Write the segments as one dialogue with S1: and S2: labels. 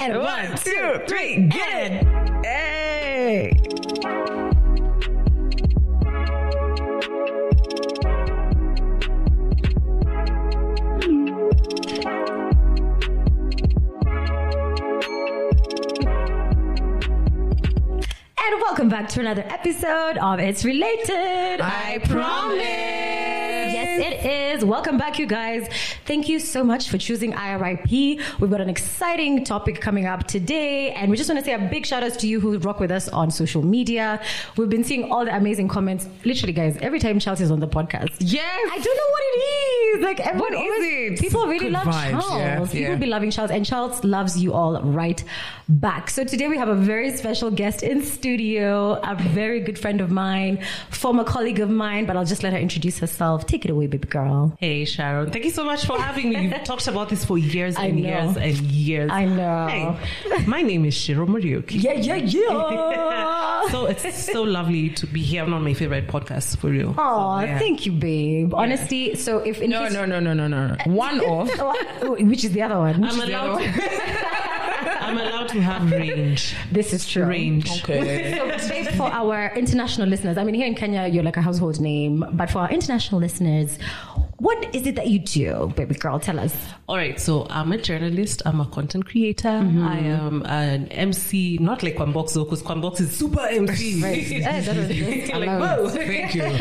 S1: And one, two, three, get it.
S2: Hey!
S1: And welcome back to another episode of It's Related.
S2: I promise.
S1: Yes, it is. Welcome back, you guys. Thank you so much for choosing IRIP. We've got an exciting topic coming up today, and we just want to say a big shout out to you who rock with us on social media. We've been seeing all the amazing comments. Literally, guys, every time Chelsea's on the podcast,
S2: Yes!
S1: I don't know what it is. Like everyone,
S2: What
S1: always-
S2: is it?
S1: People really
S2: Good
S1: love
S2: vibes,
S1: Charles.
S2: yeah,
S1: people
S2: yeah.
S1: be loving Charles, and Charles loves you all right back. So today we have a very special guest in studio, a very good friend of mine, former colleague of mine. But I'll just let her introduce herself. Take it away, baby girl.
S3: Hey Sharon, thank you so much for having me. You've talked about this for years
S1: I
S3: and
S1: know.
S3: years and years.
S1: I know.
S3: Hey, my name is Shiro Morioki.
S1: Yeah, yeah, yeah.
S3: So it's so lovely to be here I'm on my favorite podcast for real.
S1: Oh,
S3: So, yeah.
S1: thank you, babe. Honestly, so if in
S2: No,
S1: case-
S2: no, no, no, no, no. no. One off.
S1: which is the other one?
S3: I'm allowed. To, I'm allowed to have range.
S1: this is true.
S3: Range.
S2: Okay.
S1: So, babe, for our international listeners, I mean, here in Kenya, you're like a household name, but for our international listeners, what is it that you do, baby girl? Tell us.
S3: All right, so I'm a journalist. I'm a content creator. I am an MC, not like Kwambox though, because Kwambox is super MC.
S1: Eh, that was this
S3: Like,
S1: alone.
S3: whoa.
S2: Thank you.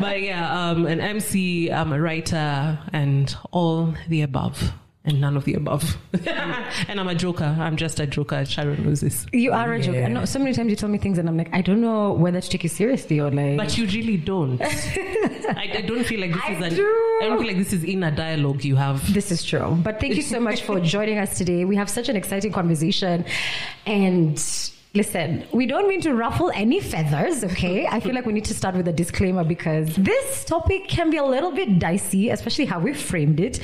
S3: but yeah, um, an MC, I'm a writer, and all the above, and none of the above. and I'm a joker. I'm just a joker. Sharon knows this.
S1: You are a joke.
S2: Yeah.
S1: No, so many times you tell me things, and I'm like, I don't know whether to take you seriously or like.
S3: But you really don't. I, I don't feel like this
S1: I
S3: is. an-
S1: do.
S3: I don't feel like this is inner dialogue you have.
S1: This is true. But thank you so much for joining us today. We have such an exciting conversation. And listen, we don't mean to ruffle any feathers, okay? I feel like we need to start with a disclaimer because this topic can be a little bit dicey, especially how we framed it.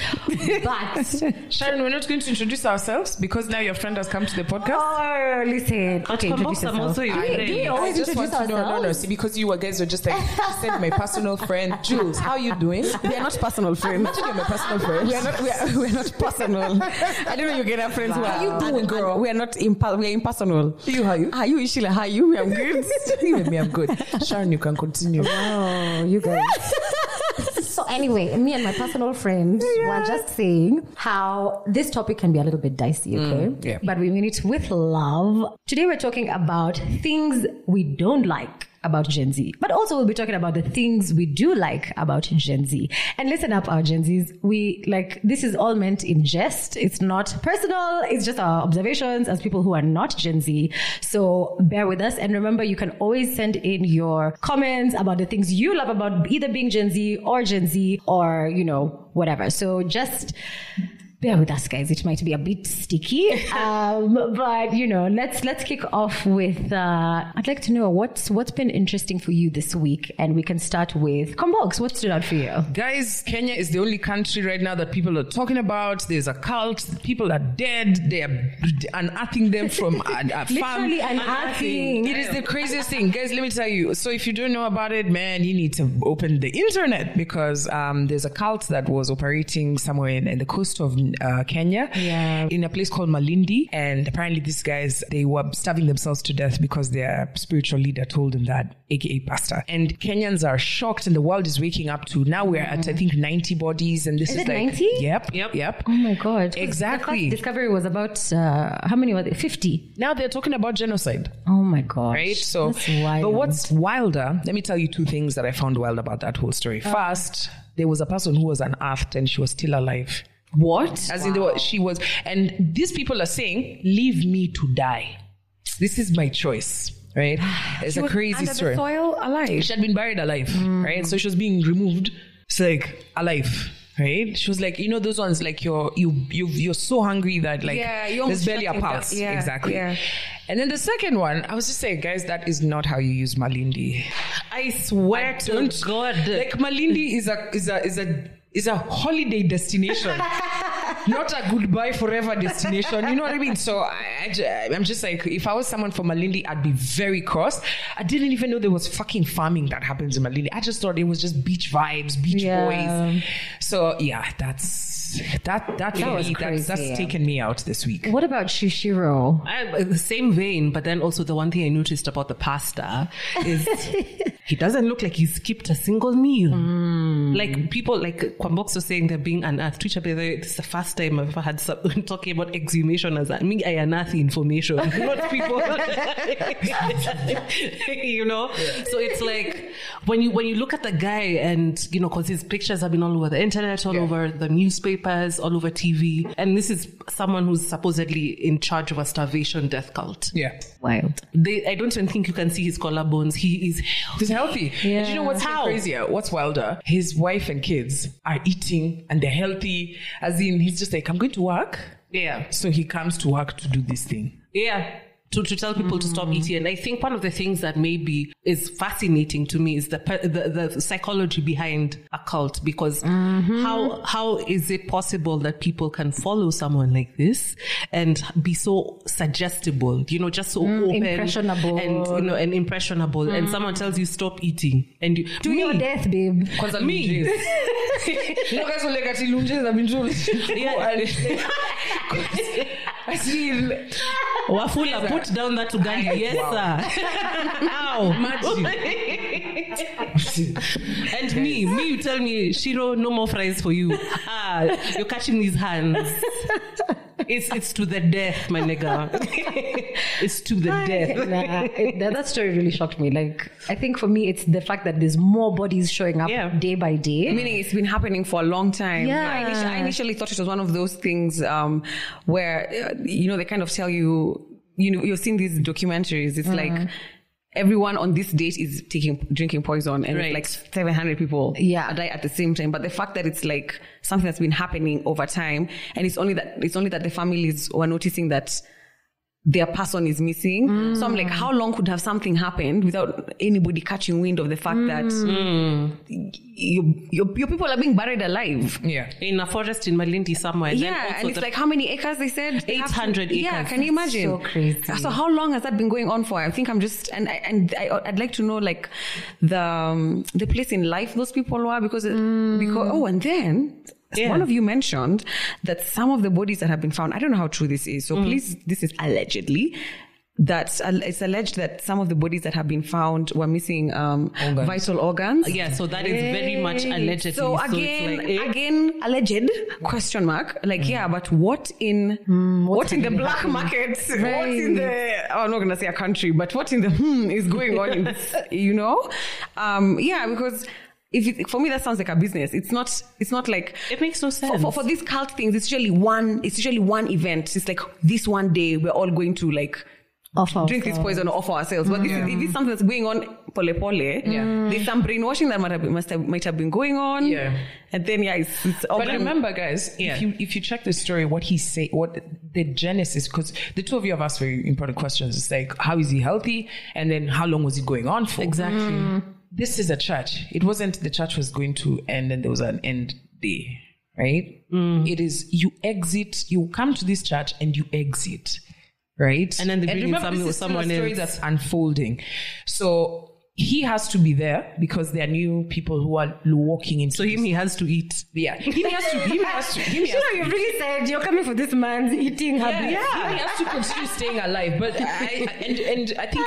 S1: But.
S2: Sharon, we're not going to introduce ourselves because now your friend has come to the podcast.
S1: Oh, listen.
S3: But
S1: Okay,
S3: Kwambox,
S1: introduce
S3: I'm
S1: yourself.
S3: also your
S1: Do we-
S3: friend.
S1: do we
S3: I
S1: always introduce ourselves?
S2: see, because you guys were just like, send my personal friend, Jules, how you doing?
S4: We are not personal friends.
S2: Actually, you're my personal friend.
S4: We are not. We are, we are not personal. I don't know you get our friends. who
S2: How
S4: are-
S2: you doing,
S4: and-
S2: girl?
S4: and We are not. Impa- we are impersonal.
S2: You, how you?
S4: Are you Ishila? How are you? I'm good.
S2: Even me, I'm good. Sharon, you can continue.
S1: Oh, you guys. so anyway, me and my personal friend were just saying how this topic can be a little bit dicey,
S3: Mm,
S1: okay?
S2: yeah.
S1: But we mean it with love. Today we're talking about things we don't like about Gen Z, but also we'll be talking about the things we do like about Gen Z. And listen up, our Gen Zs. We like this is all meant in jest. It's not personal. It's just our observations as people who are not Gen Z. So bear with us. And remember, you can always send in your comments about the things you love about either being Gen Z or Gen Z or, you know, whatever. So just bear with us guys it might be a bit sticky um, but you know let's let's kick off with uh, i'd like to know what's what's been interesting for you this week and we can start with combox what stood out for you
S2: Guys, Kenya is the only country right now that people are talking about. There's a cult. People are dead. They are unearthing them from a, a farm.
S1: Literally unearthing.
S2: It is the craziest thing. Guys, let me tell you. So if you don't know about it, man, you need to open the internet because um, there's a cult that was operating somewhere in, in the coast of uh, Kenya
S1: Yeah.
S2: in a place called Malindi. And apparently these guys, they were starving themselves to death because their spiritual leader told them that, aka pastor. And Kenyans are shocked and the world is waking up to now we're at, I think, 90 bodies. And this
S1: Is
S2: is,
S1: it
S2: like,
S1: 90?
S2: yep, yep, yep.
S1: oh my god 'Cause
S2: Exactly.
S1: the first discovery was about uh, how many were they 50
S2: Now they're talking about genocide.
S1: oh my god
S2: right? So,
S1: That's wild.
S2: but what's wilder? Let me tell you two things that I found wild about that whole story.
S1: Oh.
S2: First, there was a person who was unearthed and she was still alive.
S3: What?
S2: As in, there was, she was, and these people are saying, "Leave me to die. This is my choice." Right? It's a crazy
S1: under
S2: story.
S1: the soil alive
S2: She had been buried alive, right? So she was being removed. It's like alive. Right? She was like, you know, those ones like you're you you you're so hungry that like
S4: Yeah, you
S2: there's
S4: almost
S2: barely a
S4: shut it down.
S2: pulse.
S4: Yeah,
S2: exactly.
S4: yeah.
S2: And then the second one, I was just saying, guys, that is not how you use Malindi.
S3: I swear
S2: I
S3: to
S2: don't-
S3: God.
S2: Like Malindi is a is a is a is a holiday destination. Not a goodbye forever destination. You know what I mean? So I, I, ju- I'm just like, if I was someone from Malindi, I'd be very cross. I didn't even know there was fucking farming that happens in Malindi. I just thought it was just beach vibes, beach
S1: Yeah.
S2: boys. So yeah, that's was that that,
S1: That was
S2: really, that's,
S1: crazy.
S2: that's taken me out this week.
S1: What about Shushiro?
S3: I, the same vein, but then also the one thing I noticed about the pasta is he doesn't look like he skipped a single meal. Like people like Kwambox saying they're being unearthed. Twitter, by the way, this is the first time I've ever had someone talking about exhumation as I mean, I unearth information, not people. you know, so it's like when you when you look at the guy and you know because his pictures have been all over the internet, all over the newspapers, all over TV, and this is someone who's supposedly in charge of a starvation death cult.
S2: Yeah,
S1: Wild.
S3: They, I don't even think you can see his collarbones. He is healthy.
S2: he's healthy. And you know what's even
S3: How?
S2: crazier? What's wilder? His wife and kids are eating and they're healthy. As in, he's just like, I'm going to work.
S3: Yeah.
S2: So he comes to work to do this thing.
S3: Yeah. To, to tell people to stop eating. And I think one of the things that maybe is fascinating to me is the per- the, the psychology behind a cult because
S1: Mm-hmm.
S3: how how is it possible that people can follow someone like this and be so suggestible, you know, just so open
S1: Mm, impressionable.
S3: and you know and impressionable and someone tells you stop eating and you
S1: To
S3: me,
S1: your death, babe.
S2: Kwanza
S3: Me.
S2: Lunges. You know, guys will like, "Ati Lunges, I've been doing-"
S3: Yeah.
S2: And- 'Cause I feel-
S3: Wafula, put down that Ugali. Yes, sir. Ow. and me, me, you tell me, Shiro, no more fries for you. Ah, you're catching these hands. It's it's to the death, my nigga. it's to the death.
S1: nah, it- that, that story really shocked me. Like, I think for me, it's the fact that there's more bodies showing up
S3: Yeah.
S1: day by day.
S4: Meaning it's been happening for a long time.
S1: Yeah.
S4: I, initially, I initially thought it was one of those things um, where, uh, you know, they kind of tell you, you know, you've seen these documentaries. It's like everyone on this date is taking drinking poison and
S3: Right.
S4: it's like 700 people
S1: Yeah.
S4: are die at the same time. But the fact that it's like something that's been happening over time and it's only that, it's only that the families were noticing that their person is missing. So I'm like, how long could have something happened without anybody catching wind of the fact that y- your, your, your people are being buried alive?
S2: Yeah.
S3: In a forest in Malindi somewhere. and then
S4: yeah,
S3: also
S4: and it's
S3: the-
S4: like how many acres they said? They have to-
S3: 800
S4: Yeah,
S3: acres.
S4: can you imagine?
S1: So crazy.
S4: So how long has that been going on for? I think I'm just and I, and I, I'd like to know like the um, the place in life those people were because because oh and then.
S3: Mm. Yeah.
S4: One of you mentioned that some of the bodies that have been found, I don't know how true this is,
S3: Mm.
S4: so please, this is allegedly. That it's alleged that some of the bodies that have been found were missing um, vital organs.
S3: yeah, so that is very much allegedly.
S4: So
S3: it's
S4: again,
S3: like, Mm. eh?
S4: again, alleged question mark. Like yeah, but what in Hmm, what in the black market? What in the? Oh, I'm not gonna say a country, but what in the hmm is going on in this? You know, um, yeah, because. If it, for me that sounds like a business. It's not. It's not like
S3: It makes no
S4: for,
S3: sense.
S4: for, for these cult things. It's usually one. It's usually one event. It's like this one day we're all going to like
S1: Off of- uh,
S4: drink this poison or offer ourselves. But this is, if it's something that's going on pole pole, Mm. there's some brainwashing that might have, must have, might have been going on.
S2: Yeah.
S4: And then, yeah, it's, it's all
S2: But remember, guys,
S3: Yeah.
S2: if you if you check the story, what he say, what the genesis, because the two of you have asked very important questions. It's like, how is he healthy, and then how long was it going on for? Mm.
S3: exactly.
S2: This is a church. It wasn't the church was going to end, and there was an end day, right?
S3: Mm.
S2: It is you exit, you come to this church, and you exit, right?
S3: And then they bring in
S2: remember,
S3: some-
S2: this is still
S3: someone
S2: a story
S3: else.
S2: that's unfolding. So. He has to be there because there are new people who are walking into
S3: So him, he has to eat.
S2: yeah, he has to. He has to. He
S1: You know, you really said you're coming for this man's eating habit.
S2: yeah. he has to continue staying alive. But I and and I think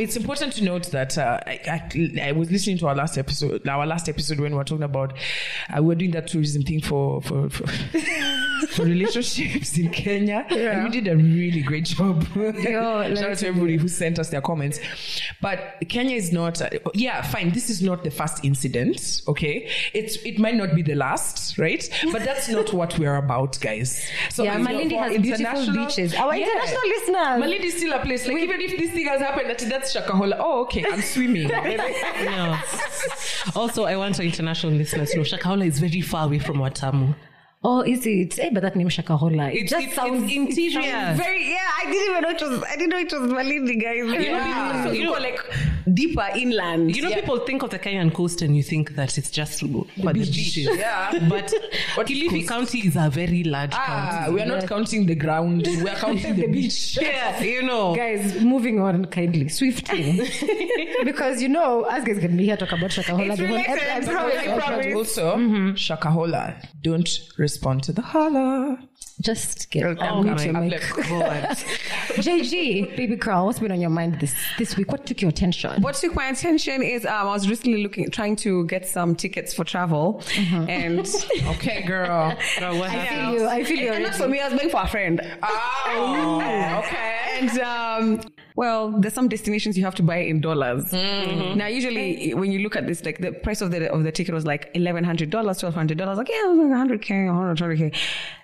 S2: it's important to note that uh, I, I I was listening to our last episode, our last episode when we were talking about uh, we were doing that tourism thing for for. for for relationships in Kenya, and we did a really great job. Shout out to everybody who sent us their comments. But Kenya is not, uh, yeah, fine. This is not the first incident, okay? It's it might not be the last, right? But that's not what we're about, guys. So
S1: Yeah,
S2: it's not
S1: Malindi
S2: for
S1: has beautiful
S2: international-
S1: beaches. Our
S2: Yeah.
S1: international listeners.
S2: Malindi is still a place. Like even if this thing has happened, that that's Shakahola. Oh, okay, I'm swimming.
S3: No. also, I want our international listeners to know Shakahola is very far away from Watamu.
S1: Oh, is it? Hey, but that name Shakahola. It,
S3: It's-
S1: just
S3: it's-
S1: sounds
S3: it's interior.
S1: it sounds very.
S4: yeah, I didn't even know it was. I didn't know it was Malindi, guys.
S2: Yeah.
S4: You know,
S2: You
S4: you
S2: know-
S4: like deeper inland.
S3: You know, people think of the Kenyan coast and you think that it's just for the beaches.
S2: Yeah.
S3: But
S2: What
S3: Kilifi
S2: coast?
S3: County is a very large
S2: Ah,
S3: county.
S2: we are not counting the ground. We are counting the beach.
S3: Yeah, you know.
S1: Guys, moving on kindly, swiftly. because you know, us guys can be here talk about Shakahola.
S4: It's
S1: the whole
S4: related,
S1: episode.
S4: I promise, I promise.
S2: Also, shakahola. Don't respond to the holla.
S1: Just get
S2: I'm
S1: mute your
S2: coming. I've
S1: mic.
S2: left. Go on.
S1: JG, baby girl, what's been on your mind this, this week? What took your attention?
S4: What took my attention is um, I was recently looking, trying to get some tickets for travel, and
S2: Okay, girl.
S3: Girl,
S1: I
S3: what happened?
S1: feel you. I feel you.
S4: and not
S1: already.
S4: for me. I was going for a friend.
S2: Oh, okay.
S4: And um, well, there's some destinations you have to buy in dollars. Now, usually when you look at this, like the price of the of the ticket was like eleven hundred dollars, twelve hundred dollars. Like yeah, hundred k, hundred k,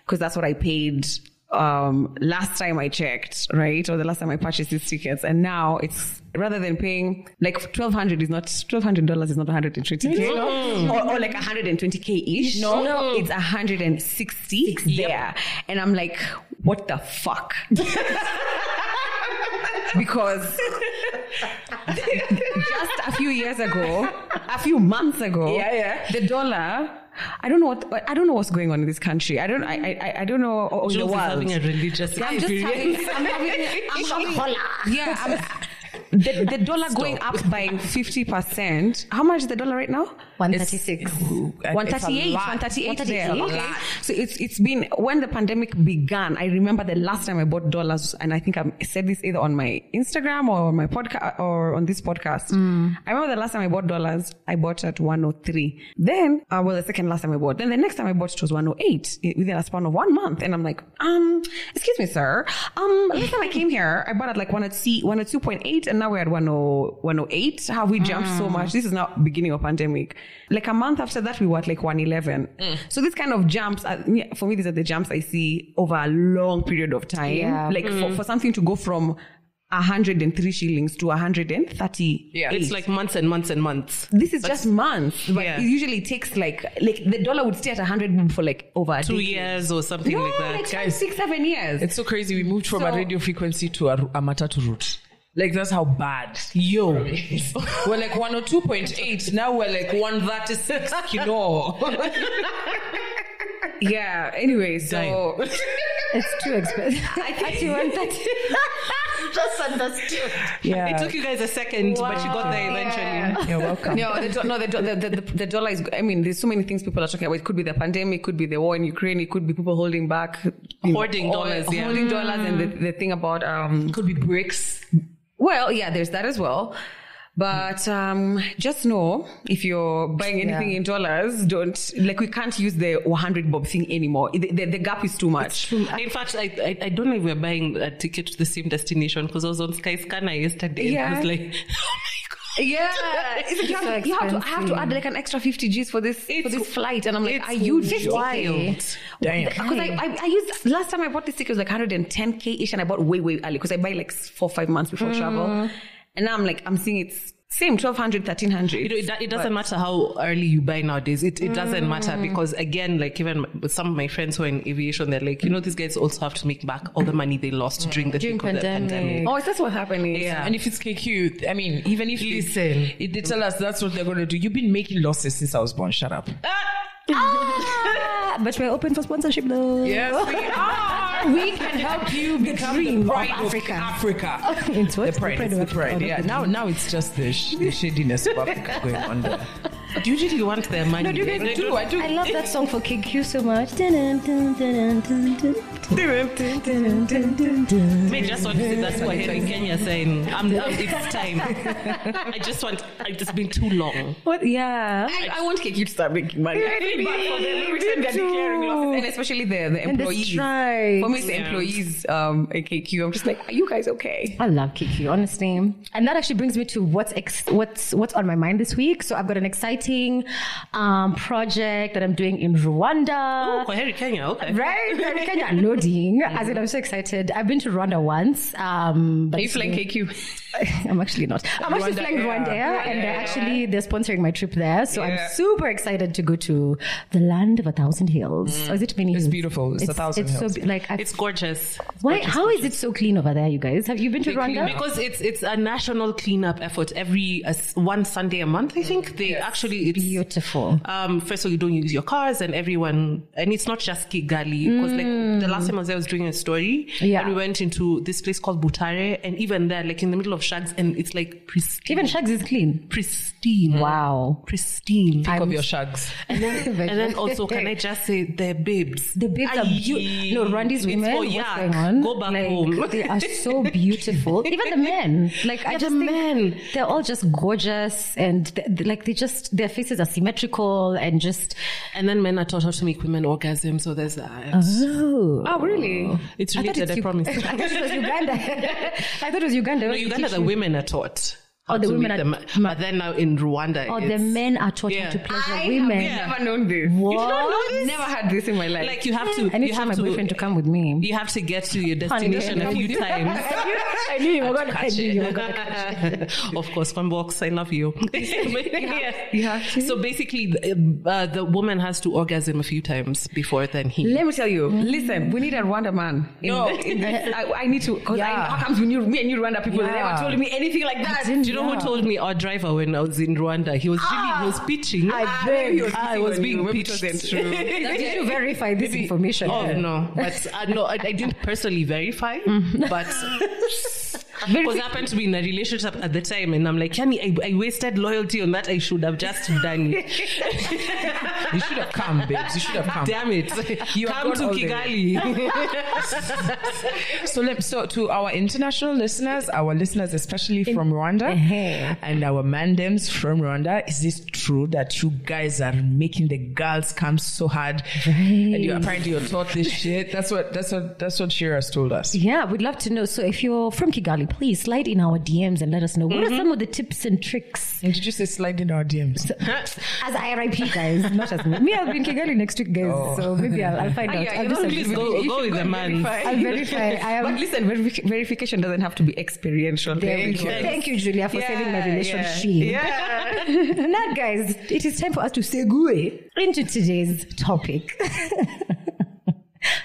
S4: because that's what I paid um last time i checked right or the last time i purchased these tickets and now it's rather than paying like 1200 is not 1200 dollars is not 120k or, or like 120k ish
S2: No. No.
S4: it's 160 there and i'm like what the fuck because just a few years ago, a few months ago,
S2: Yeah, yeah.
S4: the dollar. I don't know what I don't know what's going on in this country. I don't I I, I don't know or in the
S3: Jules is
S4: world.
S3: having a religious
S4: I'm just having,
S3: experience.
S4: I'm having, I'm having yeah. I'm, the, the dollar going up by fifty percent. How much is the dollar right now?
S1: 136.
S4: One thirty eight, one thirty eight. there.
S1: 138.
S4: Okay. So it's it's been when the pandemic began. I remember the last time I bought dollars, and I think I said this either on my Instagram or on my podcast or on this podcast. I remember the last time I bought dollars, I bought at one hundred three. Then, uh, well, the second last time I bought. Then the next time I bought it was one hundred eight within a span of one month, and I'm like, um, excuse me, sir. Um, last time I came here, I bought at like one at C one at two point eight, and now we're at oh, 10 108. Have we jumped
S3: Mm.
S4: so much? This is now beginning of pandemic. Like a month after that, we were at like one eleven.
S3: Mm.
S4: So these kind of jumps, are, yeah, for me, these are the jumps I see over a long period of time.
S1: Yeah.
S4: Like
S3: Mm.
S4: for, for something to go from. 103 shillings to 130
S2: Yeah.
S3: It's like months and months and months.
S4: this is just months but
S3: Yeah.
S4: it usually takes like like the dollar would stay at 100 for like over a
S3: Two
S4: decade.
S3: years or something
S4: no,
S3: like that.
S4: like five,
S2: Guys.
S4: six seven years
S2: It's so crazy. We moved from a
S4: So-
S2: radio frequency to a, a matatu route. Like that's how bad. Yo, we're like 102.8. Now we're like 136. You know.
S4: yeah anyway so
S1: It's too expensive. Actually, 130. Just understood.
S4: yeah
S3: It took you guys a second, but you got there eventually.
S2: You're welcome.
S4: no, the, do- no, the, do- the, the, the, the dollar is. I mean, there's so many things people are talking about. It could be the pandemic, it could be the war in Ukraine, it could be people holding back, you
S3: Hoarding dollars, yeah. Mm.
S4: holding dollars, and the, the thing about um.
S2: Could be bricks.
S4: Well, yeah, there's that as well. But um, just know if you're buying anything
S1: Yeah.
S4: in dollars, don't like we can't use the 100 bob thing anymore. The, the, the gap is too much.
S3: In fact, I, I I don't know if we're buying a ticket to the same destination because I was on Sky Scanner yesterday.
S4: Yeah.
S3: And I was like, oh my god.
S4: Yeah,
S1: It's
S4: you, have,
S1: so
S4: you have to. I have to add
S1: expensive.
S4: like an extra 50 G's for this for
S3: It's-
S4: this flight, and I'm like,
S3: it's
S4: are you
S1: wild.
S4: wild?
S2: Damn.
S4: Because I, I, I used last time I bought this ticket was like 110k ish, and I bought way way early because I buy like four five months before travel, and now I'm like I'm seeing it's same 1200 1300.
S3: You know, it, do- it doesn't matter how early you buy nowadays. It, it doesn't matter
S2: Mm.
S3: because again, like even m- some of my friends who are in aviation, they're like, you know, these guys also have to make back all the money they lost during the
S1: During
S3: peak of the
S1: pandemic.
S3: pandemic.
S4: oh, is that what's happening?
S3: Yeah.
S2: And if it's KQ, I mean, even if
S3: Listen.
S2: they, if they tell us that's what they're going to do, you've been making losses since I was born. Shut up.
S3: Ah!
S1: But we're open for sponsorship though.
S2: we are.
S1: We can help you become
S2: Dream
S1: the
S2: pride
S1: pride
S2: of Africa. Africa.
S1: It's what?
S2: The pride, it's the
S1: of-
S2: pride.
S1: of-
S2: Yeah. Now, now it's just the, sh- the shadiness of Africa going on there.
S3: Do you really want their money?
S2: No, do you guys do? I do.
S1: I love that song for KQ so much. Dun, dun, dun, dun, dun, dun, dun, dun, dun, dun, dun.
S3: May just want to say that's why here in Kenya saying, I'm, I'm, it's time. I just want, it's been too long.
S1: What? Yeah.
S4: I, I want KQ to start making money. I feel bad for them every time they're declaring losses, and especially the, the
S1: And the
S4: employees.
S1: strikes.
S4: For me, it's the employees um, at KQ. I'm just like, are you guys okay?
S1: I love Kiki, honestly. And that actually brings me to what's ex- what's what's on my mind this week. So I've got an excite exciting um, project that I'm doing in Rwanda.
S3: Oh, kwa heri Kenya. Okay.
S1: Right, Right, Kenya loading. As in, I'm so excited. I've been to Rwanda once. Um, but
S4: Are you flying KQ?
S1: I'm actually not. I'm actually
S2: Rwanda
S1: flying
S2: Air.
S1: Rwanda Air,
S2: Rwanda
S1: and they're
S2: Air.
S1: actually they're sponsoring my trip there. So
S2: Yeah.
S1: I'm super excited to go to the land of a thousand hills. Or is it many
S2: Mm. It's
S1: hills?
S2: beautiful. It's a thousand
S1: it's
S2: hills.
S1: So, be- like, I,
S3: It's gorgeous.
S1: why? How is it so clean over there, you guys? Have you been to
S2: clean
S1: Rwanda?
S2: up.
S3: Because it's it's a national cleanup effort every uh, s- one Sunday a month.
S2: Mm.
S3: I think they actually it's
S1: Beautiful.
S3: um, first of all, you don't use your cars, and everyone, and it's not just Kigali. Because like the last time I was there, I was doing a story,
S1: Mm. Yeah.
S3: and we went into this place called Butare, and even there, like in the middle of Shags, and it's like pristine,
S1: Even Shags is clean.
S3: pristine,
S1: Wow.
S3: pristine.
S2: Think
S1: I'm-
S2: of your shags.
S3: And then, and then also, can I just say, they're babes.
S1: The babes are beautiful. No, Rwanda's
S3: It's
S1: women.
S3: for
S1: what's
S3: yak.
S1: going on?
S3: Go back
S1: Like,
S3: home.
S1: they are so beautiful. Even the men. Like I
S3: Yeah,
S1: just
S3: the
S1: think
S3: men.
S1: they're all just gorgeous, and th- th- like they just their faces are symmetrical and just
S3: And then men are taught how to make women orgasm, so there's that.
S1: oh.
S4: Oh, really?
S3: it's
S1: I thought
S3: related, I,
S1: it's Ug-
S3: promise.
S1: I thought it was Uganda. I thought it was Uganda.
S3: No,
S1: They
S3: Uganda,
S1: teach
S3: the
S1: you-
S3: women are taught.
S1: Oh,
S3: how
S1: the
S3: to
S1: women
S3: meet
S1: are-
S3: them. But then now in Rwanda,
S1: Oh, the
S3: it's-
S1: men are taught how
S3: Yeah.
S1: to pleasure women.
S4: I've never known this.
S1: What?
S4: Never had this in my life.
S3: like you have to.
S1: I need
S3: you
S1: to
S3: have
S1: tell my
S3: to,
S1: boyfriend to come with me.
S3: You have to get to your
S1: Honey,
S3: destination
S1: come
S3: a few
S1: with you.
S3: times.
S1: I knew- I knew you were gonna- I knew you were gonna
S3: of course, fun box. I love you. Yeah.
S4: you have to.
S3: So basically, the, uh, the woman has to orgasm a few times before then he.
S4: Let me tell you. Listen, we need a Rwanda man. In,
S2: No.
S4: in this. I, I need to. Cause
S2: Yeah.
S4: I, how comes when you, me and you Rwanda people they
S2: Yeah.
S4: never told me anything like that?
S3: Do you know who told me our driver when I was in Rwanda? He was really he was pitching.
S1: I
S3: Ah,
S1: beg.
S3: maybe he was,
S1: I
S3: pitching
S1: was
S3: when
S4: being
S3: you were
S4: pitched.
S3: pitched.
S1: Now, Did you verify this information?
S3: Oh no, but uh, no, I, I didn't personally verify,
S2: Mm-hmm.
S3: but it was happened to be in a relationship at the time, and I'm like, Yanni, I, I wasted loyalty on that. I should have just done it.
S2: You should have come, babes. You should have come.
S3: Damn it!
S2: You have
S3: come
S2: gone
S3: to
S2: all the way.
S3: Kigali.
S2: So, let, so to our international listeners, our listeners especially from Rwanda,
S1: Uh-huh.
S2: and our mandems from Rwanda, is this true that you guys are making the girls come so hard? And you apparently you're taught this shit. That's what that's what that's what Shira's told us.
S1: Yeah, we'd love to know. So if you're from Kigali, please slide in our DMs and let us know what
S4: Mm-hmm.
S1: are some of the tips and tricks.
S2: And did you say slide in our DMs?
S1: As IRIP guys, not as me. Me, I'll be in Kigali next week, guys. So maybe I'll, I'll find
S4: Oh. Ah,
S1: out.
S4: yeah,
S1: I'll do
S4: you know,
S1: some
S4: please
S1: research.
S3: go-
S4: you
S3: go with
S4: should
S3: the man.
S1: I'll verify. I am.
S4: But listen, verifi- verification doesn't have to be experiential.
S1: There we
S4: Thank
S1: go.
S4: you.
S1: Thank you, Julia, for saving my
S4: yeah.
S1: relationship.
S4: Yeah.
S1: now, guys, it is time for us to segue into today's topic.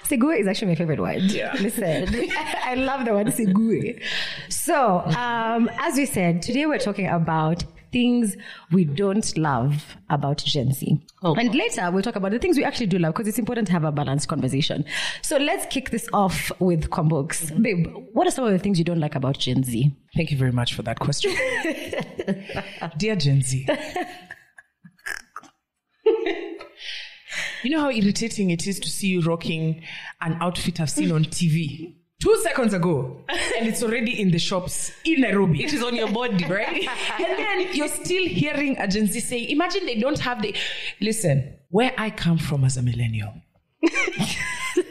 S1: Segue is actually my favorite word. Yeah. Listen, I love the word segue. So, um, as we said, today we're talking about things we don't love about Gen Z.
S3: Oh,
S1: and later we'll talk about the things we actually do love because it's important to have a balanced conversation. So, let's kick this off with Combox. Babe, what are some of the things you don't like about Gen Z?
S2: Thank you very much for that question. Dear Gen Z. you know how irritating it is to see you rocking an outfit I've seen on TV two seconds ago, and it's already in the shops in Nairobi.
S3: it is on your body, right?
S2: and then you're still hearing a Gen Z saying, Imagine they don't have the. Listen, where I come from as a millennial,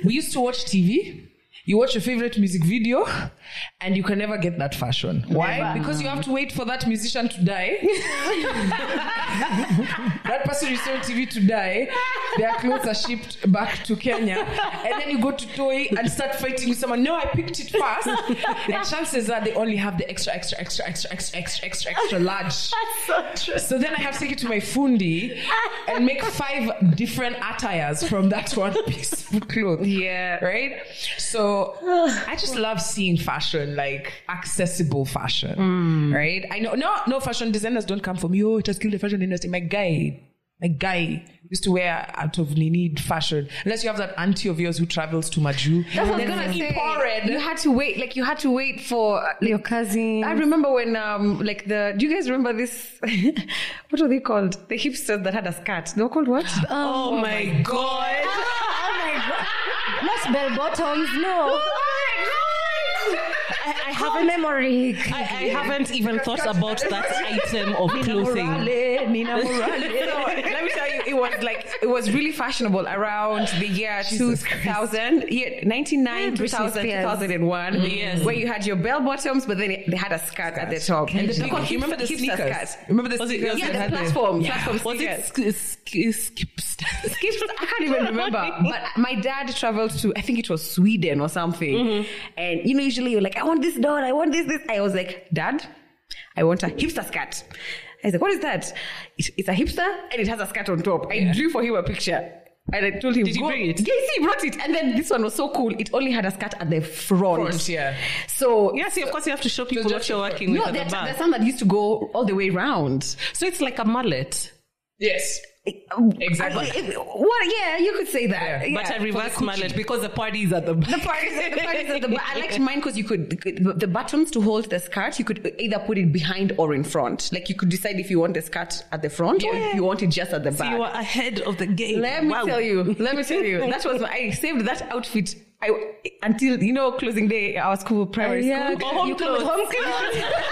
S2: we used to watch TV. You watch your favorite music video, and you can never get that fashion. Why? Because you have to wait for that musician to die. that person you saw on TV to die. Their clothes are shipped back to Kenya, and then you go to Toy and start fighting with someone. No, I picked it first. and chances are they only have the extra, extra, extra, extra, extra, extra, extra, extra large. So then I have to take it to my fundi and make five different attires from that one piece of cloth.
S4: Yeah.
S2: Right? So I just love seeing fashion, like accessible fashion.
S4: Mm.
S2: Right? I know no no fashion designers don't come from yo, it has killed the fashion industry. My guy. My guy used to wear out of need fashion. Unless you have that auntie of yours who travels to Maju.
S4: That's what I was
S2: Then
S4: gonna
S2: he
S4: say.
S2: poured.
S4: You had to wait, like you had to wait for uh,
S1: Your cousin.
S4: I remember when, um, like the, do you guys remember this? what were they called? The hipsters that had a skirt. They were called what?
S3: oh my god!
S1: oh my god. Not bell bottoms, no.
S4: my
S3: I, I
S1: Call
S3: haven't.
S1: memory.
S3: I, I haven't even thought about that item of clothing.
S2: Morale, Nina Morale.
S4: No, let me tell you, it was like it was really fashionable around the year 2000, year 99,
S1: Yeah, Britney
S4: 2000,
S1: Spears.
S4: 2001,
S3: Yes.
S4: where you had your bell bottoms, but then it, they had a skirt at the top. And
S2: the big- you remember the sneakers? Remember the
S3: Was it-
S2: sneakers?
S3: was
S2: that
S4: Yeah,
S2: had
S4: the
S2: the-
S4: platform, platform
S3: Was it
S4: sneakers.
S3: sk- sk- skip-
S4: Skips, I can't even remember. But my dad traveled to, I think it was Sweden or something.
S2: Mm-hmm.
S4: And you know, usually you're like, I want this doll, I want this, this. I was like, Dad, I want a hipster skirt. I was like, What is that? It, it's a hipster and it has a skirt on top. I drew for him a picture. And I told him,
S2: Did he
S4: "Go-"
S2: bring it?
S4: Yes, he brought it. And then this one was so cool. It only had a skirt at the front.
S2: Front, yeah.
S4: So,
S3: Yeah, see, of course you have to show people what
S2: just-
S3: you're working
S4: no,
S3: with at
S4: there-
S3: the
S4: there's
S3: back.
S4: some that used to go all the way round.
S3: So it's like a mullet,
S2: Yes. Exactly.
S4: I- I- what? Yeah, you could say that.
S2: Yeah,
S4: Yeah,
S3: but a
S4: for the
S3: reverse
S4: coochie.
S3: mullet because the party is at the back.
S4: The parties, the parties at the back. I liked mine because you could the buttons to hold the skirt. You could either put it behind or in front. Like you could decide if you want the skirt at the front or if you want it just at the
S3: So
S4: back.
S3: you are ahead of the game.
S4: let me
S3: Wow.
S4: tell you. Let me tell you. That was my, I saved that outfit. I until you know closing day our school primary
S1: Yeah,
S4: school.
S3: Or home
S1: you come with
S3: clothes.
S1: home clothes.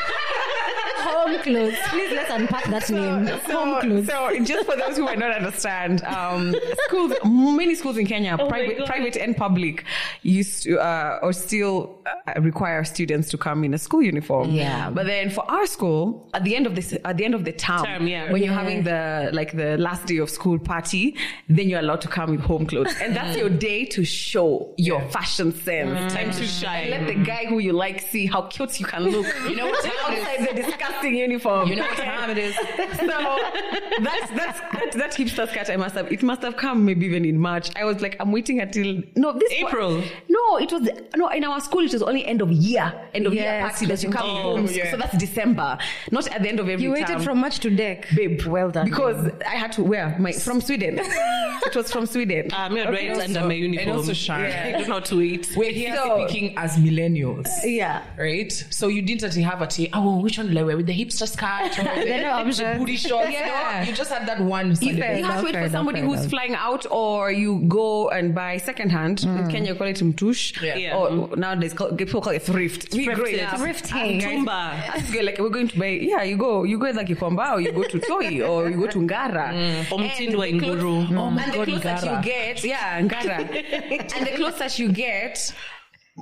S1: home clothes. Please let's unpack that name. home clothes.
S4: So just for those who might not understand, um, schools, many schools in Kenya,
S1: Oh
S4: private,
S3: God.
S4: private and public, used to uh, or still uh, require students to come in a school uniform.
S1: Yeah.
S4: But then for our school, at the end of this, at the end of the term,
S3: Term, yeah.
S4: when you're
S1: Yeah.
S4: having the like the last day of school party, then you're allowed to come with home clothes, and that's your day to show your fashion sense.
S3: Time to shine.
S4: Let the guy who you like see how cute you can look. You know
S2: what time it is?
S4: outside the disgusting uniform.
S2: You know what time it is?
S4: So that's that's that, that hipster skirt I must have it must have come maybe even in March. I was like, I'm waiting until no this wa-
S3: April.
S4: no, it was no in our school it was only end of year. End of year
S1: Yes,
S4: party that you come
S1: closing
S4: home. So that's December. Not at the end of every
S1: You waited
S4: term.
S1: from March to deck.
S4: Babe.
S1: Well done.
S4: because I had to wear my from Sweden. it was from Sweden.
S3: Uh, I'm not right
S2: also-
S3: under my
S2: and
S3: uniform.
S2: also shine.
S3: I do not wait.
S2: We're here
S4: So-
S2: speaking as millennials.
S1: yeah.
S2: Right? So you didn't actually have a tea. Oh, which one do I wear? With the hipster skirt or the,
S1: There are no
S2: the
S1: options.
S2: booty shorts?
S4: Yeah.
S2: No, you just had that one. Sunday.
S4: you have to wait
S1: fair
S4: for
S1: enough,
S4: somebody
S1: fair
S4: who's
S1: enough.
S4: flying out, or you go and buy secondhand. In Kenya, you call it mtush.
S2: Yeah.
S3: Yeah.
S4: Or nowadays, call, people call it thrift. It's
S3: Thrifted.
S4: great.
S1: Thrifting.
S3: Tumba.
S4: As you like we're going to buy yeah you go you go either Kikwamba or you go to Toi or you go to Ngara
S3: Or
S4: And
S3: Mtindo wa
S4: the clo-
S3: Inguru.
S4: Mm.
S2: Oh my
S4: and the
S2: God,
S4: closer
S2: Ngara.
S4: you get yeah Ngara and the closer you get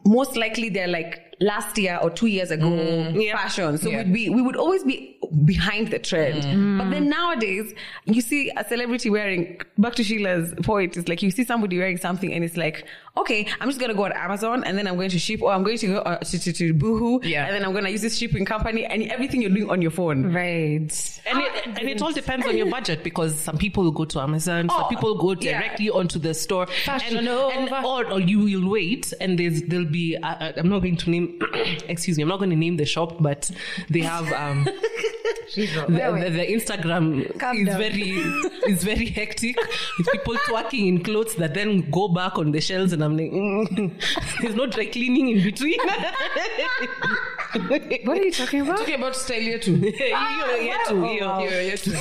S4: most likely they're like last year or two years ago
S3: Yeah.
S4: fashion so
S2: Yeah.
S4: we'd be we would always be behind the trend but then nowadays you see a celebrity wearing back to Sheila's point it's like you see somebody wearing something and it's like okay I'm just gonna go on Amazon and then I'm going to ship or I'm going to go uh, to, to, to Boohoo
S2: Yeah.
S4: and then I'm gonna use this shipping company and everything you're doing on your phone.
S1: Right.
S3: And it,
S1: Ah,
S3: and it all depends on your budget because some people go to Amazon,
S4: Oh,
S3: some people go
S4: yeah.
S3: directly onto the store,
S1: Fashion
S3: and, and-
S1: Nova.
S3: or, or you will wait, and there's there'll be uh, uh, I'm not going to name, excuse me, I'm not going to name the shop, but they have um, the, the, the Instagram
S1: Calm
S3: is
S1: down.
S3: very is very hectic with people twerking in clothes that then go back on the shelves, and I'm like, mm, there's no dry cleaning in between.
S4: What are you talking about?
S2: Talking about style here too.
S3: You're here too,
S2: Oh,
S3: you're-
S2: wow. You're here too.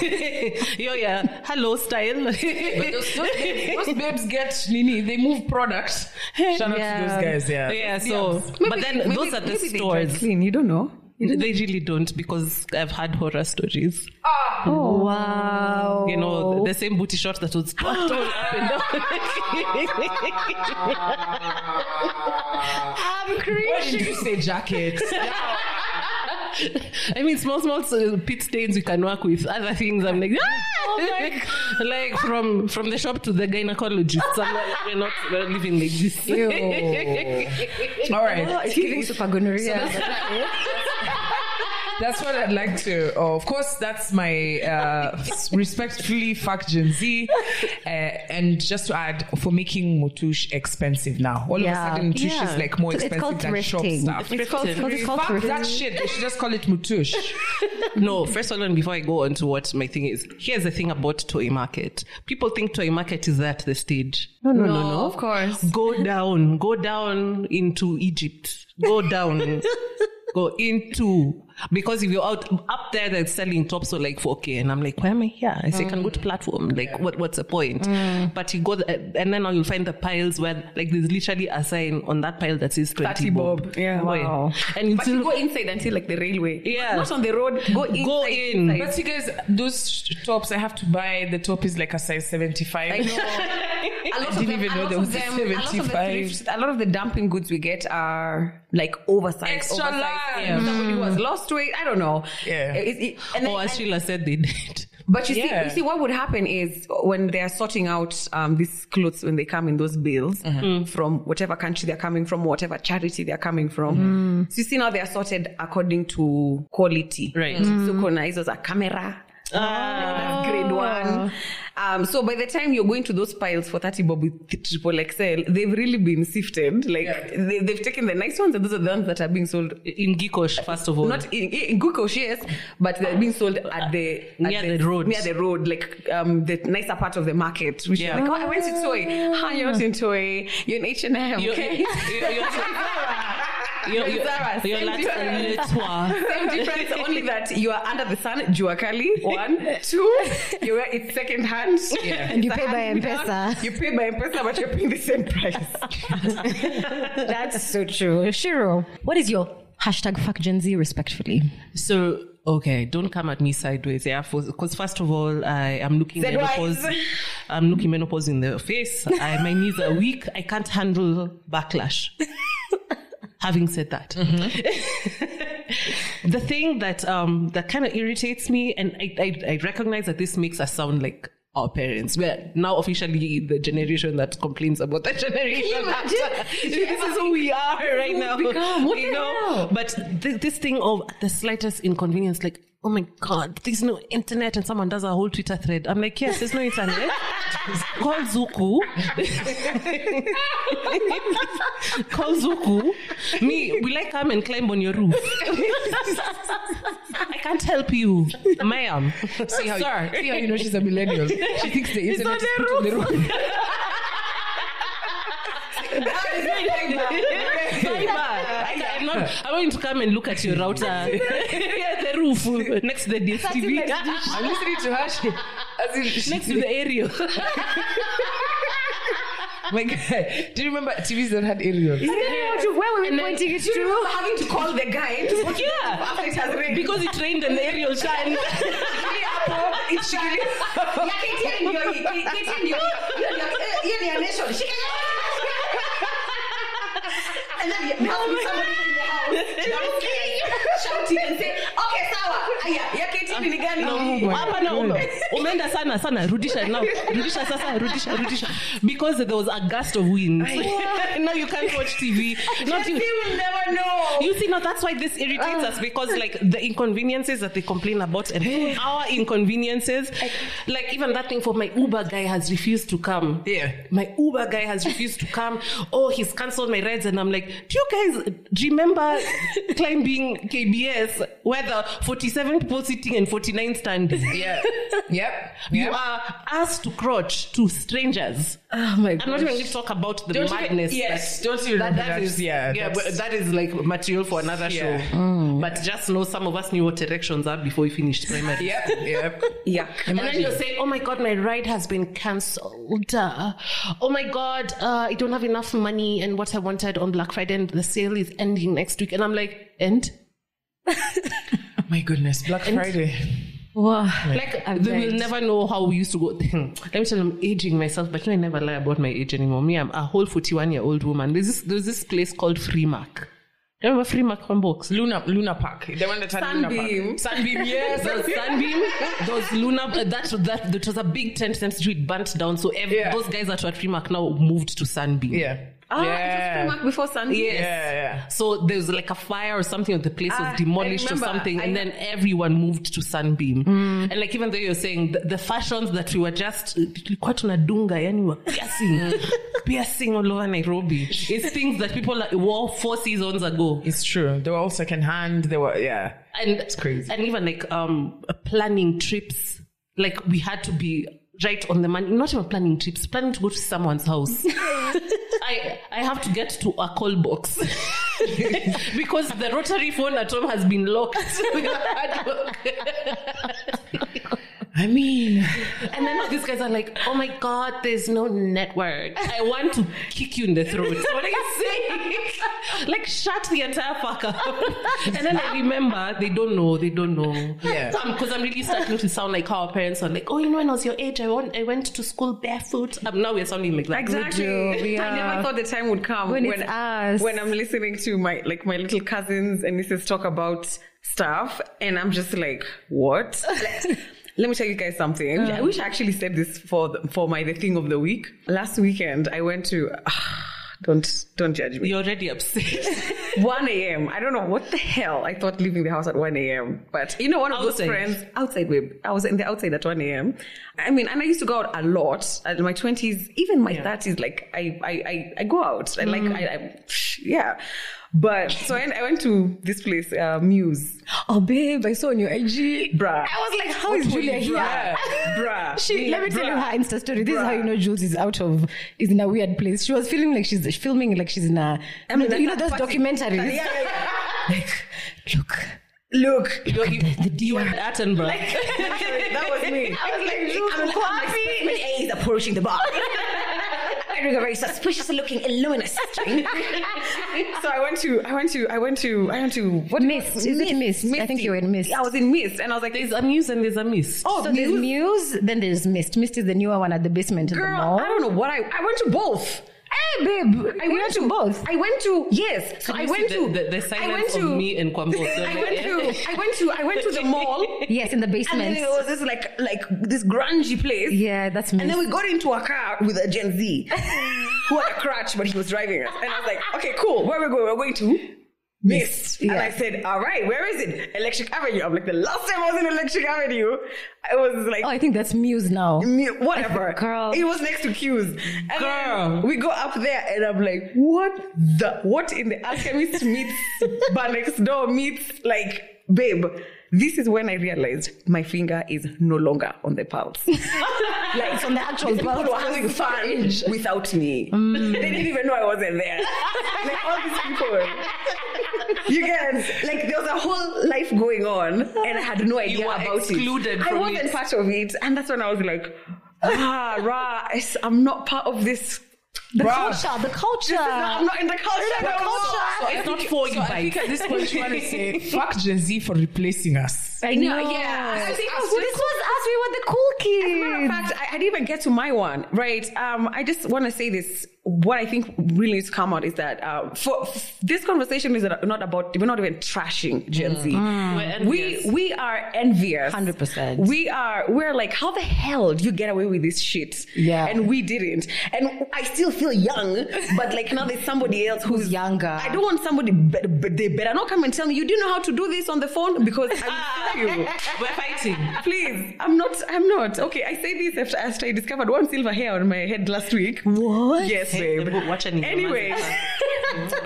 S3: Yo, yeah. Hello, style.
S2: But those, those, babes, those babes get Nini, they move products. Shout out
S1: Yeah.
S2: to those guys, yeah.
S3: yeah, so. but then those are the stores.
S4: Clean, you don't know.
S3: They, really don't because I've had horror stories.
S1: Oh wow.
S3: You know, the same booty shot that was packed all up and down.
S1: I'm
S2: Why
S1: cringing.
S2: did you say jacket?
S3: I mean, small, small uh, pit stains we can work with. Other things, I'm like, ah!
S1: my
S3: like from from the shop to the gynecologist. I'm like, we're not we're living like this.
S2: All right.
S1: Oh, it's giving super gonorrhea.
S2: That's what I'd like to. Oh, of course, that's my uh, respectfully fuck Gen Z. Uh, and just to add, for making Motush expensive now. All
S1: Yeah.
S2: of a sudden, Motush
S3: Yeah.
S2: is like more
S1: It's
S2: expensive
S1: called
S2: than
S1: thrifting.
S2: shop stuff.
S1: it's called,
S3: Thrifted.
S1: it's called
S2: Fuck that
S1: thrifting.
S2: shit. They should just call it Mutush.
S3: No, first of all, and before I go on to what my thing is, here's the thing about Toy Market. People think Toy Market is at the stage. No,
S4: no, no, of course.
S3: Go down, go down into Egypt. Go down, go into Because if you're out up there, they're selling tops for like 4K. And I'm like, why am I here? I say,
S4: Mm.
S3: can go to platform. Like, what, what's the point? But you go, th- and then now you'll find the piles where, like, there's literally a sign on that pile that says 20
S2: 30
S3: bob.
S2: bob.
S4: Yeah,
S3: Boy.
S4: wow.
S3: And you
S4: But you
S3: still
S4: go inside until like the railway.
S3: Yeah.
S4: Not on the road. Go inside.
S3: go in.
S4: inside.
S2: But you guys, those tops I have to buy. The top is like a size seventy-five.
S4: I know. A lot of
S2: didn't
S4: them-
S2: even
S4: a
S2: know
S4: lot
S2: there
S4: of
S2: was a
S4: them- a lot of the
S2: 75.
S4: thrift- A lot of the dumping goods we get are like oversized.
S2: Extra
S4: oversized.
S2: large.
S4: Yeah. Somebody who has lost weight. I don't know.
S2: Yeah.
S4: It- it- and then-
S3: Oh, as Sheila said, they did.
S4: But you
S2: Yeah.
S4: see, you see, what would happen is when they are sorting out um, these clothes when they come in those bills from whatever country they're coming from, whatever charity they're coming from. So you see now they are sorted according to quality.
S3: Right. Uh,
S4: So Kona is a camera. That's grade one. Um, so by the time you're going to those piles for 30 bob with th- triple XL, they've really been sifted. Like they, they've taken the nice ones and those are the ones that are being sold.
S3: In Gikosh, first of all.
S4: Not in, in Gukosh, yes, but they're being sold at the at
S3: Near the road.
S4: near the road, like um, the nicer part of the market. Which
S3: Yeah.
S4: yeah. like, oh, I went to Toy. Hi, you're not in Toy. You're in H and M.
S3: You're-
S4: Okay.
S3: you're- you're- Your, your,
S4: Zara,
S3: your
S4: same difference.
S3: Latin
S4: Same difference, only that you are under the sun, Juakali. One, two, you wear it's second hand.
S1: And you
S4: It's
S1: pay
S4: a
S1: by
S4: hand me
S1: M-Pesa.
S4: down. You pay by M-Pesa, but you're paying the same price.
S1: That's so true. Shiro, what is your hashtag fuck Gen Z respectfully?
S3: So okay, don't come at me sideways. Yeah, because first of all, I am looking
S4: Sideways.
S3: menopause. I'm looking menopause in the face. I, my knees are weak. I can't handle backlash. Having said that, the thing that um, that kind of irritates me, and I, I, I recognize that this makes us sound like our parents. We're now officially the generation that complains about the generation after. This is who we are right now.
S4: What
S3: you
S4: the
S3: know,
S4: hell?
S3: but th- this thing of the slightest inconvenience, like, oh my God, there's no internet, and someone does a whole Twitter thread. I'm like, yes, there's no internet. Call Zuku. Call Zuku. Me, will I come and climb on your roof? I can't help you, ma'am.
S2: See how,
S3: Sir.
S2: see how you know she's a millennial. She thinks the internet is put on the roof.
S3: Fiber. I, I'm not. I'm going to come and look at your router. yeah, the roof uh, next to the DSTV.
S2: I'm listening to her. She, as in, she,
S3: next to the aerial.
S2: my guy, do you remember TVs that had aerial?
S1: Where were we
S3: then-
S1: pointing it
S4: You
S1: to?
S4: remember having to call the guy to book you
S3: yeah,
S4: after it has rained.
S3: because it rained and the aerial shined.
S4: Shikili hapo, shikili- Yeah, get in your- get in your- your- your- your- your eh, nation. Shikili- And then there has to be somebody in the house downstairs shouting and saying, "Okay, sawa. Ah, Aya, ya ketini ni gani?"
S3: Hapa na ume- umeenda sana sana rudisha now rudisha sasa rudisha rudisha because there was a gust of wind now you can't watch tv not you
S4: You will never know.
S3: You see, now that's why this irritates us because, like, the inconveniences that they complain about and our inconveniences, like, even that thing for my Uber guy has refused to come.
S2: Yeah.
S3: My Uber guy has refused to come. Oh, he's cancelled my rides. And I'm like, do you guys remember climbing KBS where the 47 people sitting and 49 standing?
S2: Yeah. Yep.
S3: You
S2: yep.
S3: are asked to crouch to strangers.
S2: Oh my
S3: I'm not even going to talk about the
S2: Don't even-
S3: madness.
S2: yes,
S3: that-
S2: don't even
S3: that, that
S2: remember
S3: is
S2: that.
S3: yeah,
S2: Yeah,
S3: Mm. yeah
S2: that's-
S3: but that is like material for another
S2: Yeah.
S3: show. But just know some of us knew what erections are before we finished primary.
S2: Yep. Yep.
S4: Yeah.
S3: And then you're saying, "Oh my God, my ride has been cancelled. Uh, oh my God, uh, I don't have enough money, and what I wanted on Black Friday, and the sale is ending next week." And I'm like, "End."
S2: My goodness, Black Friday.
S3: Like they will never know how we used to go. Let me tell you, I'm aging myself, but you know, I never lie about my age anymore. Me, I'm a whole 41 year old woman. There's this, there's this place called Freemark. You remember Freemark from box?
S2: Luna Luna Park. The one that had Luna
S4: Sunbeam.
S2: Park. Sunbeam. Yes.
S3: Those Sunbeam, those Luna, uh, that, that that was a big tent century. It burnt down, so every,
S2: Yeah.
S3: those guys that were at Freemark now moved to Sunbeam.
S2: Yeah.
S4: Ah, it was
S2: yeah.
S4: Primark before Sunday.
S2: yeah. Yeah.
S3: So there was like a fire or something, or the place
S4: Ah,
S3: was demolished
S4: I
S3: or
S4: remember.
S3: something,
S4: I Mm.
S3: and then everyone moved to Sunbeam. And like even though you're saying the, the fashions that we were just tulikuwa tunadunga, yani we were piercing,
S4: Mm.
S3: piercing all over Nairobi. It's things that people like, wore four seasons ago,
S2: It's true. They were all second hand. They were yeah.
S3: and
S2: It's crazy.
S3: And even like um planning trips, like we had to be right on the money. Not even planning trips, planning to go to someone's house. I I have to get to a call box. because the rotary phone at home has been locked. with a hard lock.
S2: I mean,
S3: and then all these guys are like, oh my God, there's no network. I want to kick you in the throat. What are you saying? like, shut the entire fuck up. and then I remember they don't know, they don't know.
S2: Yeah.
S3: Because I'm really starting to sound like how our parents are like, oh, you know, when I was your age, I went, I went to school barefoot. Um, now we're sounding like that.
S4: Exactly.
S1: do, we
S4: I
S1: are.
S4: never thought the time would come
S1: When it's us.
S4: when I'm listening to my like my little cousins and nieces talk about stuff, and I'm just like, what? Let me tell you guys something. I wish I actually said this for the, for my the thing of the week. Last weekend, I went to. ah, don't don't judge me.
S3: You're already upset.
S4: 1 a.m. I don't know what the hell. I thought leaving the house at 1 a.m. But you know, one of
S3: Outside.
S4: those friends outside, babe. I was in the outside at 1 a.m. I mean, and I used to go out a lot. At my 20s, even my 30s, like I, I, I, I go out. I like,
S1: Mm.
S4: I, I, yeah. But so I, I went to this place, uh, Muse.
S1: Oh, babe, I saw on your IG.
S4: Bruh.
S1: I was like, how is
S2: What were
S1: Julia
S2: you-
S1: here?
S2: bruh,
S4: bruh,
S1: She, let me tell you
S4: bruh,
S1: her Insta story. This is how
S4: bruh.
S1: you know Jules is out of, is in a weird place. She was feeling like she's filming like she's in a,
S4: I mean,
S1: you know,
S4: that's
S1: those
S4: party.
S1: documentaries.
S4: Yeah, yeah, yeah.
S1: Like, look,
S4: Look,
S3: You're, you,
S1: at the, the
S3: you are
S1: deal.
S3: Attenborough.
S4: that was me.
S1: I was like, Jules,
S4: I'm like, I'm like,
S1: A is approaching the bar. Wearing a very suspicious looking luminous string.
S4: so I went to, I went to, I went to, I went to, what?
S1: Mist. Is it mist? I think you were in mist.
S4: I was in Mist and I was like,
S3: there's a muse and there's a miss.
S4: oh,
S1: so
S4: Muse.
S1: there's Muse, then there's Mist. Mist is the newer one at the basement in the
S4: Girl,
S1: mall.
S4: I don't know what I I went to both.
S1: Hey, babe, I went to both.
S4: I went to yes. So
S3: Can
S4: I
S3: you see
S4: went
S3: the-
S4: to
S3: the, the,
S4: I
S3: silence
S4: went to
S3: of me and Kwambo.
S4: I went to I went to I went to the mall.
S1: Yes, in the
S4: And then
S1: basement.
S4: it was this like like this grungy place.
S1: Yeah, that's
S4: And
S1: Mist.
S4: then we got into a car with a Gen Z who had a crutch, but he was driving us. And I was like, okay, cool. Where we going? We're going to Mist. And
S1: Yeah.
S4: I said, all right, where is it? Electric Avenue. I'm like, the last time I was in Electric Avenue, I was like,
S1: Oh, I think that's Muse now.
S4: Me- whatever.
S1: Girl.
S4: It was next to Q's. And then
S2: Girl.
S4: We go up there and I'm like, what the, what in the alchemist meets, bar next door meets, like, babe. This is when I realized my finger is no longer on the pulse.
S1: Like it's on the actual
S4: These people
S1: pulse.
S4: were having fun without me. They didn't even know I wasn't there. Like all these people. You guys, like there was a whole life going on and I had no idea
S3: were
S4: about
S3: excluded
S4: it.
S3: from
S4: I wasn't
S3: it.
S4: part of it. And that's when I was like, ah, rah, it's- I'm not part of this.
S1: The
S2: Bruh.
S1: culture, the culture.
S4: I'm not in the culture.
S1: The
S4: no more.
S1: culture.
S3: it's not for you,
S2: so I
S3: bike.
S2: think at this point you want to say, fuck Gen Z for replacing us.
S1: I
S4: No,
S1: know.
S4: yeah. I think I
S1: Oh,
S4: was
S1: Well, this was us. We were the cool
S4: Matter of
S1: kids.
S4: fact, I, I didn't even get to my one, right? Um, I just want to say this. What I think really needs to come out is that uh, for, f this conversation is not about we're not even trashing Gen Z.
S1: Mm.
S3: Mm.
S4: We we are envious.
S1: 100%.
S4: We are we're like, how the hell do you get away with this shit?
S1: Yeah.
S4: And we didn't. And I still feel young, but like now there's somebody else who's,
S1: Who's younger.
S4: I don't want somebody, but, but they better not come and tell me you didn't know how to do this on the phone because I will kill you.
S3: We're fighting.
S4: Please, I'm not. I'm not. Okay, I say this after, after I discovered one silver hair on my head last week.
S1: What?
S4: Yes,
S3: Hey,
S4: babe.
S3: watch an email.
S4: Anyways,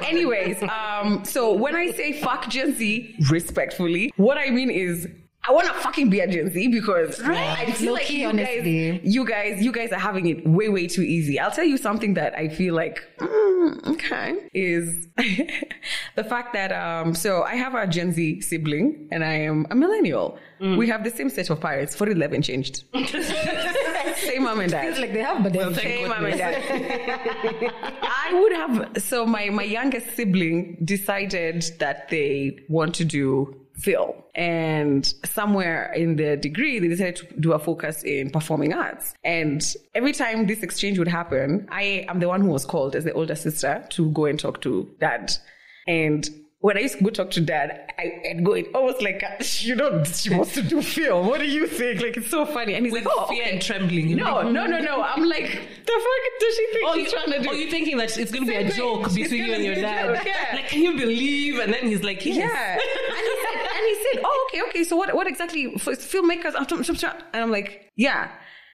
S4: anyways. Um. So when I say fuck Gen Z, respectfully, what I mean is. I wanna fucking be a Gen Z because I feel like
S1: Low-key,
S4: you
S1: honestly.
S4: guys, you guys, you guys are having it way, way too easy. I'll tell you something that I feel like, mm, okay, is the fact that um, so I have a Gen Z sibling and I am a millennial. We have the same set of parents. Forty eleven changed. same mom and dad.
S1: It's like they have, but they have.
S4: Same mom and dad. I would have. So my my youngest sibling decided that they want to do film, and somewhere in their degree they decided to do a focus in performing arts. And every time this exchange would happen, I am the one who was called as the older sister to go and talk to dad, and. When I used to go talk to dad, I, I'd go in almost like, you know, she wants to do film. What do you think? Like, it's so funny. And he's
S3: With
S4: like, oh,
S3: fear
S4: okay.
S3: and trembling. You're
S4: No,
S3: like,
S4: no, no, no. I'm like, the fuck does she think
S3: Oh,
S4: she's
S3: you,
S4: trying to do?
S3: oh, you thinking that it's going to be a
S4: It's
S3: joke
S4: gonna
S3: between you
S4: be
S3: and your
S4: a
S3: dad?
S4: joke, yeah.
S3: Like, can you believe? And then he's like, yes.
S4: Yeah. and, he said, and he said, oh, okay, okay. So what, what exactly for filmmakers? I'm tr- tr- tr- And I'm like, yeah.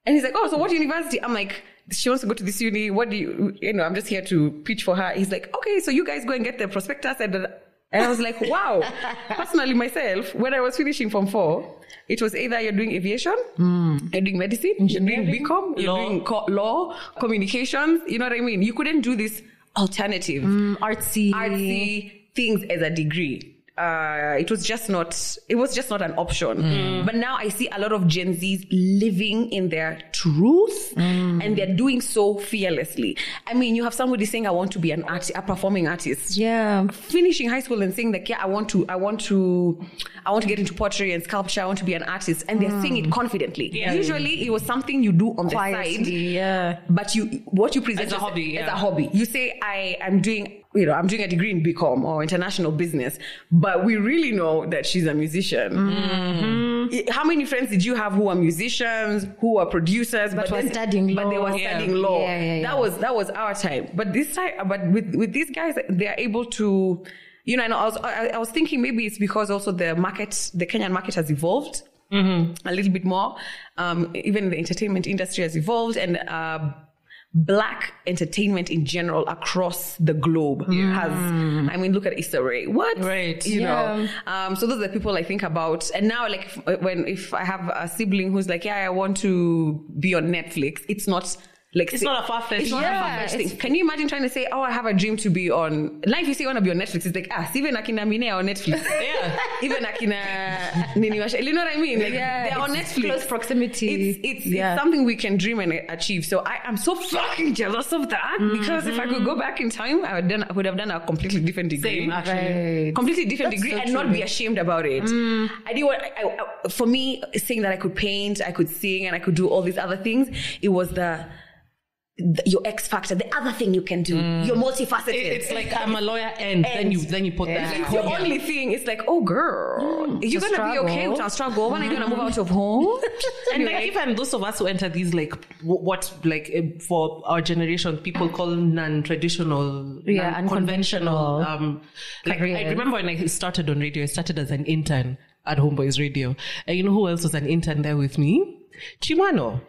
S4: And he's like, oh, so what university? I'm like, she wants to go to this uni. What do you, you know, I'm just here to pitch for her. He's like, okay, so you guys go and get the prospectus. And, and I was like, wow. Personally, myself, when I was finishing from four, it was either you're doing aviation, you're doing medicine, you're doing BCom, you're
S3: Law.
S4: doing co- law, communications. You know what I mean? You couldn't do this alternative
S1: Mm, artsy.
S4: artsy things as a degree. Uh, it was just not it was just not an option but now i see a lot of gen z's living in their truth and they're doing so fearlessly i mean you have somebody saying i want to be an art a performing artist
S1: Yeah.
S4: finishing high school and saying that yeah i want to i want to i want to get into pottery and sculpture i want to be an artist and they're saying it confidently usually it was something you do on the side
S1: Quietly, yeah.
S4: but you what you present
S3: As a hobby,
S4: as
S3: yeah.
S4: a hobby you say i am doing you know i'm doing a degree in bcom or international business but we really know that she's a musician
S1: Mm-hmm.
S4: I- how many friends did you have who are musicians who are producers but,
S1: were
S4: then-
S1: studying
S4: but they
S1: law.
S4: were
S1: Yeah.
S4: studying law
S1: Yeah, yeah, yeah.
S4: that was that was our time but this time but with with these guys they are able to you know, and I was I, I was thinking maybe it's because also the market, the Kenyan market has evolved a little bit more. Um, even the entertainment industry has evolved, and uh, black entertainment in general across the globe has. I mean, look at Issa Rae. What?
S2: Right.
S4: You
S1: Yeah.
S4: know. Um, so those are the people I think about. And now, like, if, uh, when if I have a sibling who's like, yeah, I want to be on Netflix, it's not. Like
S3: It's not a far-fetched-
S4: It's not
S1: Yeah,
S4: a far-fetched
S1: it's-
S4: thing. Can you imagine trying to say, "Oh, I have a dream to be on"? Like you say, you want to be on Netflix. It's like, ah, Steven Akina Mine on Netflix.
S3: Yeah.
S4: even akina nini Wash- you know what I mean? Like
S1: Yeah,
S4: they're on
S1: it's
S4: Netflix.
S1: close proximity.
S4: It's it's,
S1: Yeah.
S4: it's something we can dream and achieve. So I am so fucking jealous of that because if I could
S1: Mm-hmm.
S4: go back in time, I would done I would have done a completely different degree.
S3: Same, actually.
S1: Right.
S4: Completely different
S1: That's
S4: degree
S1: so
S4: and not
S1: true.
S4: be ashamed about it. I did what I, I- I- for me saying that I could paint, I could sing, and I could do all these other things. It was the, the- your X factor, the other thing you can do. You're multifaceted.
S3: It- it's like I'm a lawyer, and, then you then you put that.
S4: It's your only thing. It's like, oh, girl, you're
S1: It's
S4: gonna
S1: a
S4: be okay
S1: struggle.
S4: with our struggle. Mm. When are you gonna move out of home?
S3: And like even those of us who enter these like w- what like eh, for our generation people call non-traditional,
S1: Yeah,
S3: non-conventional.
S1: unconventional
S3: Um, like I
S1: careers.
S3: remember when I started on radio, I started as an intern at Homeboys Radio, and you know who else was an intern there with me? Chimano.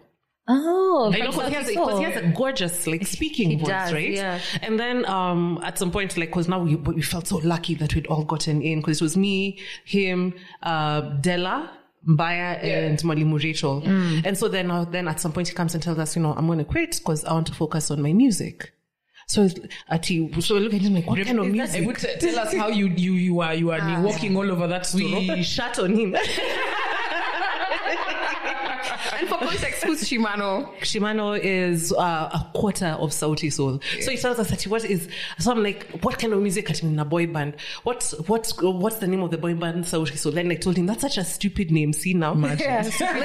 S1: Oh,
S3: I know because he, has a- 'cause he has a gorgeous like speaking
S1: He
S3: voice,
S1: does,
S3: right?
S1: yeah.
S3: And then um, at some point, like, because now we, we felt so lucky that we'd all gotten in because it was me, him, uh, Della. Mbaya and Malimu Rachel.
S1: Mm.
S3: And so then, uh, then at some point he comes and tells us, you know, I'm going to quit because I want to focus on my music. So it's- Ati, so we look at him like, what kind of
S2: I would
S3: music?
S2: t- tell us how you you you are you are walking all over that store.
S3: We shut on him.
S4: and for context, who's Shimano?
S3: Shimano is uh, a quarter of Saudi Soul. So he tells us that he- what is so I'm like, what kind of music at in a boy band? What's what's what's the name of the boy band Saudi Soul? Then I told him that's such a stupid name, see now.
S1: yeah.
S3: see now.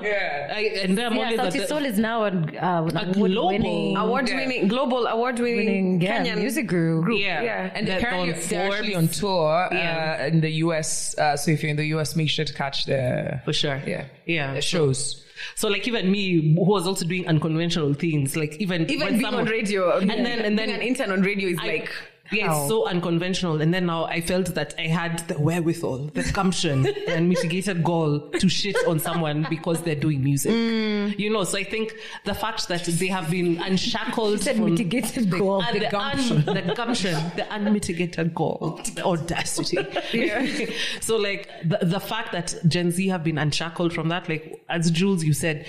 S2: Yeah.
S3: I, and then I'm
S1: yeah,
S3: always at
S1: Sauti
S3: the-
S1: Sol is now an, uh,
S3: A
S1: an
S3: global
S1: award-winning,
S4: Award-winning, global award-winning
S1: winning, yeah,
S4: Kenyan
S1: music group.
S3: yeah.
S4: Yeah.
S2: And
S3: That
S2: apparently
S3: on
S2: they're actually
S3: Forbes.
S2: on tour
S3: Yeah.
S2: uh, in the US. Uh, so if you're in the US, make sure to catch the
S3: for sure.
S2: yeah
S3: Yeah.
S2: the shows.
S3: So like even me who was also doing unconventional things, like even when
S4: Even being
S3: someone-
S4: on radio,
S3: and then and then
S4: being an intern on radio is
S3: I-
S4: like.
S3: yeah, it's so unconventional. And then now I felt that I had the wherewithal, the gumption, and mitigated gall to shit on someone because they're doing music.
S4: Mm.
S3: You know, so I think the fact that they have been unshackled
S1: said
S3: from
S1: mitigated goal.
S3: uh,
S2: The
S3: the,
S2: gumption.
S3: un- the gumption, the unmitigated gall, the audacity. so, like the, the fact that Gen Z have been unshackled from that, like as Jules, you said,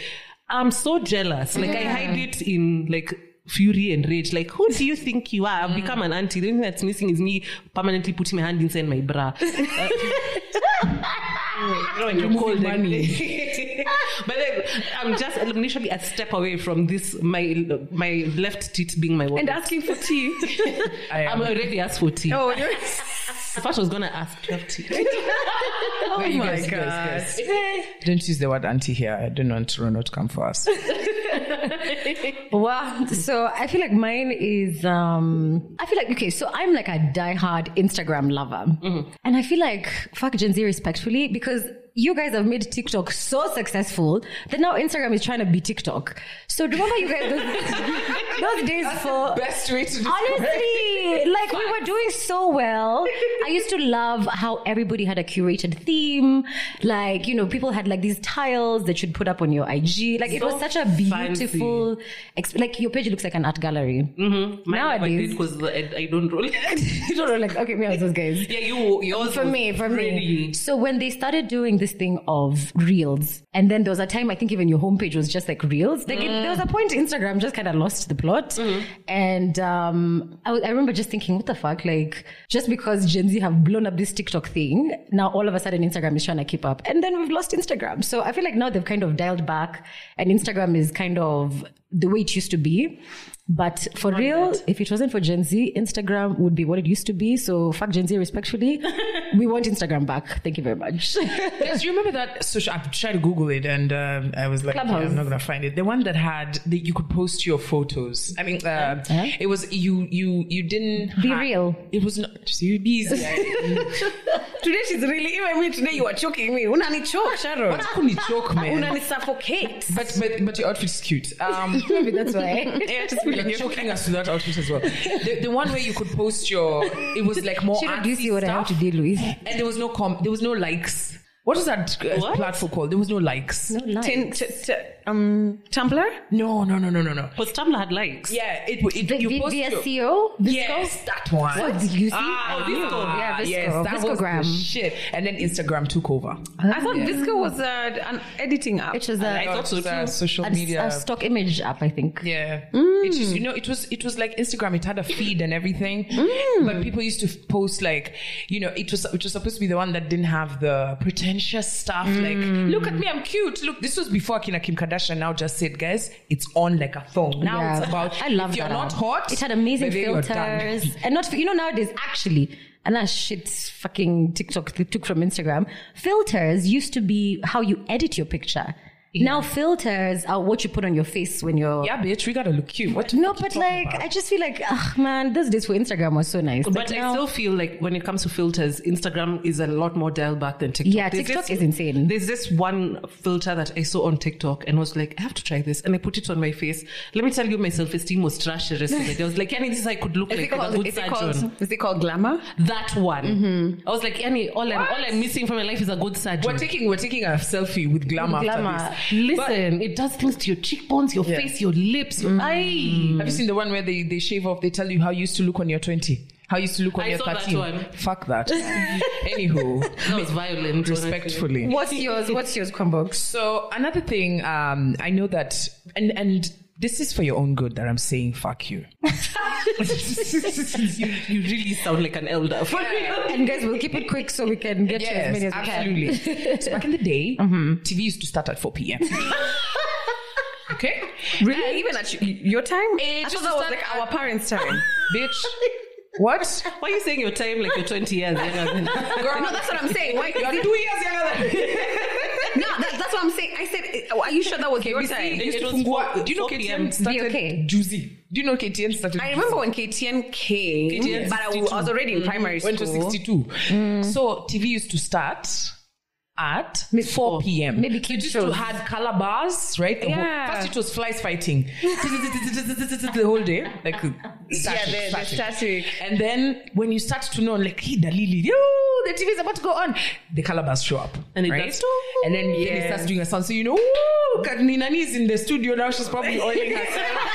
S3: I'm so jealous. Like I hide it in like fury and rage. Like who do you think you are? I've become an auntie. The only thing that's missing is me permanently putting my hand inside my bra. Uh, you know, when you're cold and- but then I'm just literally a step away from this my my left teeth being my
S4: And
S3: wallet.
S4: asking for tea.
S2: I am.
S3: I'm already asked for tea.
S4: oh, you're-
S3: If I was gonna ask 12 tea.
S4: oh
S2: you
S4: my
S2: guys, you
S4: god!
S2: guys, Don't use the word auntie here. I don't want Toronto to come for us.
S1: Wow. So I feel like mine is, um, I feel like, okay, so I'm like a diehard Instagram lover.
S3: Mm-hmm.
S1: And I feel like, fuck Gen Z respectfully, because you guys have made TikTok so successful that now Instagram is trying to be TikTok. So remember you guys, those, those days for.
S2: Best way to
S1: Honestly, like we were doing so well. I used to love how everybody had a curated theme. Like, you know, people had like these tiles that you'd put up on your IG. Like it was
S3: So
S1: such a
S3: fancy.
S1: beautiful, exp- like your page looks like an art gallery.
S3: Mine never
S1: Nowadays.
S3: did 'cause uh, I, I don't roll.
S1: you don't know, like, okay, me, I was those guys.
S3: yeah, you yours
S1: For
S3: was
S1: me, for
S3: really-
S1: me. So when they started doing the this thing of reels. And then there was a time I think even your homepage was just like reels. Like it, there was a point Instagram just kind of lost the plot. And um, I, w- I remember just thinking, what the fuck? Like just because Gen Z have blown up this TikTok thing, now all of a sudden Instagram is trying to keep up. And then we've lost Instagram. So I feel like now they've kind of dialed back and Instagram is kind of the way it used to be. But for real, if it wasn't for Gen Z, Instagram would be what it used to be. So fuck Gen Z respectfully. we want Instagram back. Thank you very much.
S2: Yes, you remember that social? I tried to Google it and um, I was like, yeah,
S1: Clubhouse.
S2: I'm not gonna find it. The one that had that you could post your photos. I mean, uh, it was you. You you didn't
S1: Be
S2: ha-
S1: real.
S2: It was not. Just, you be easy.
S4: Today she's really even me. Today you are choking me. Unani choke, Sharon.
S2: What happened to choke, man?
S4: Unani suffocate.
S2: But but but your outfit's cute. Um,
S1: Maybe that's why.
S2: Yeah, just you're choking us to that outfit as well. The, the one where you could post your, it was like more
S1: Should
S2: artsy
S1: you see what I have
S2: stuff,
S1: to deal with?
S2: and there was no com, there was no likes. What was that uh,
S3: What?
S2: platform called? There was no likes.
S1: No lie.
S4: Tin, t- t- um, Tumblr.
S2: No, no, no, no, no, no.
S3: Because Tumblr had likes.
S2: Yeah, it, it
S1: V-
S2: you
S1: V-
S2: post your,
S1: VSCO? Visco?
S2: yes, that one.
S1: What? Did you see?
S2: Ah,
S3: Oh, Visco.
S1: Yeah, Visco.
S2: Yes, that was the
S1: Viscogram.
S2: shit. And then Instagram took over.
S1: Oh,
S4: I thought Visco was uh, an editing app.
S1: It was
S2: I
S1: a,
S2: thought it was, uh, social
S1: a,
S2: media.
S1: a stock image app, I think.
S2: Yeah,
S1: Mm.
S2: it used, you know, it was it was like Instagram. It had a feed and everything,
S1: Mm.
S2: but people used to f- post like, you know, it was it was supposed to be the one that didn't have the pretentious stuff.
S1: Mm.
S2: Like, look at me, I'm cute. Look, this was before Kina Kim Kardashian. Now just said, guys, it's on like a phone. Now
S1: Yeah.
S2: it's about.
S1: I love
S2: if you're
S1: that
S2: not
S1: app.
S2: hot.
S1: It had amazing
S2: baby, you're done.
S1: filters, and not you know nowadays actually. And that shit fucking TikTok they took from Instagram. Filters used to be how you edit your picture. Now filters are what you put on your face when you're.
S2: Yeah, bitch, we gotta look cute. What?
S1: No,
S2: what you
S1: but
S2: talking
S1: like
S2: about?
S1: I just feel like, ah man, those days for Instagram were so nice.
S3: But
S1: Like,
S3: I
S1: now-
S3: still feel like when it comes to filters, Instagram is a lot more dialed back than TikTok.
S1: yeah,
S3: There's
S1: TikTok
S3: this-
S1: is insane.
S3: There's this one filter that I saw on TikTok and was like, I have to try this. And I put it on my face. Let me tell you, my self esteem was trash the rest of the day. I was like, any this I could look
S4: Is it
S3: like a
S4: called?
S3: good
S4: Is it
S3: surgeon.
S4: called? Is it called glamour?
S3: That one.
S1: Mm-hmm.
S3: I was like, any all I'm, all I'm missing from my life is a good surgeon.
S2: we're taking we're taking a selfie with glamour.
S1: glamour.
S2: After this.
S3: Listen, it does things to your cheekbones, your
S2: Yeah.
S3: face, your lips, your eye.
S2: Have you seen the one where they, they shave off? They tell you how you used to look when you're 20, how you used to look when
S3: I
S2: you're
S3: saw that
S2: 13.
S3: one.
S2: Fuck that. Anywho,
S3: That was violent. honestly.
S2: respectfully.
S1: What's yours? What's yours, Chromebox?
S2: So another thing, um, I know that, and and this is for your own good that I'm saying fuck you.
S3: you, you really sound like an elder. For real.
S1: And guys, we'll keep it quick so we can get to as many as we can.
S2: absolutely. so back in the day,
S4: Mm-hmm.
S2: TV used to start at 4 p.m. okay,
S4: Really? even at y- your time?
S2: Eh,
S4: I
S2: just
S4: thought that was
S2: start
S4: like
S2: at-
S4: our parents' time.
S2: bitch. What?
S3: Why are you saying your time like you're 20 years younger than
S4: Girl, no, that's what I'm saying. Why? Is
S2: You're
S4: it-
S2: two years younger than me.
S4: no, that, that's what I'm saying. I said, eh, are you sure that was your time?
S2: They used
S3: It
S2: to
S3: was
S2: fungua-
S3: four-
S2: Do you know
S3: 4 p.m.
S2: KTN started
S1: okay.
S2: juicy? Do you know KTN started?
S4: I remember when KTN came,
S2: KTN
S4: but I w- I was
S2: 62.
S4: already in primary
S2: Mm-hmm. went to
S4: school.
S2: 62.
S1: Mm.
S2: So TV used to start at
S1: Maybe
S2: 4 p.m.
S1: Maybe
S2: so it
S1: kids
S2: used to
S1: shows.
S2: had color bars, right? The whole-
S4: Yeah.
S2: first it was flies fighting the whole day, like static,
S4: the- the static.
S2: And then when you start to know, like, hey, Dalili, yo, the TV is about to go on, the color bars show up,
S3: And it
S2: right?
S3: does.
S1: Oh.
S2: and then, then it
S4: Yeah.
S2: starts doing a sound, so you know, ooh, Nani is in the studio now. She's probably oiling herself.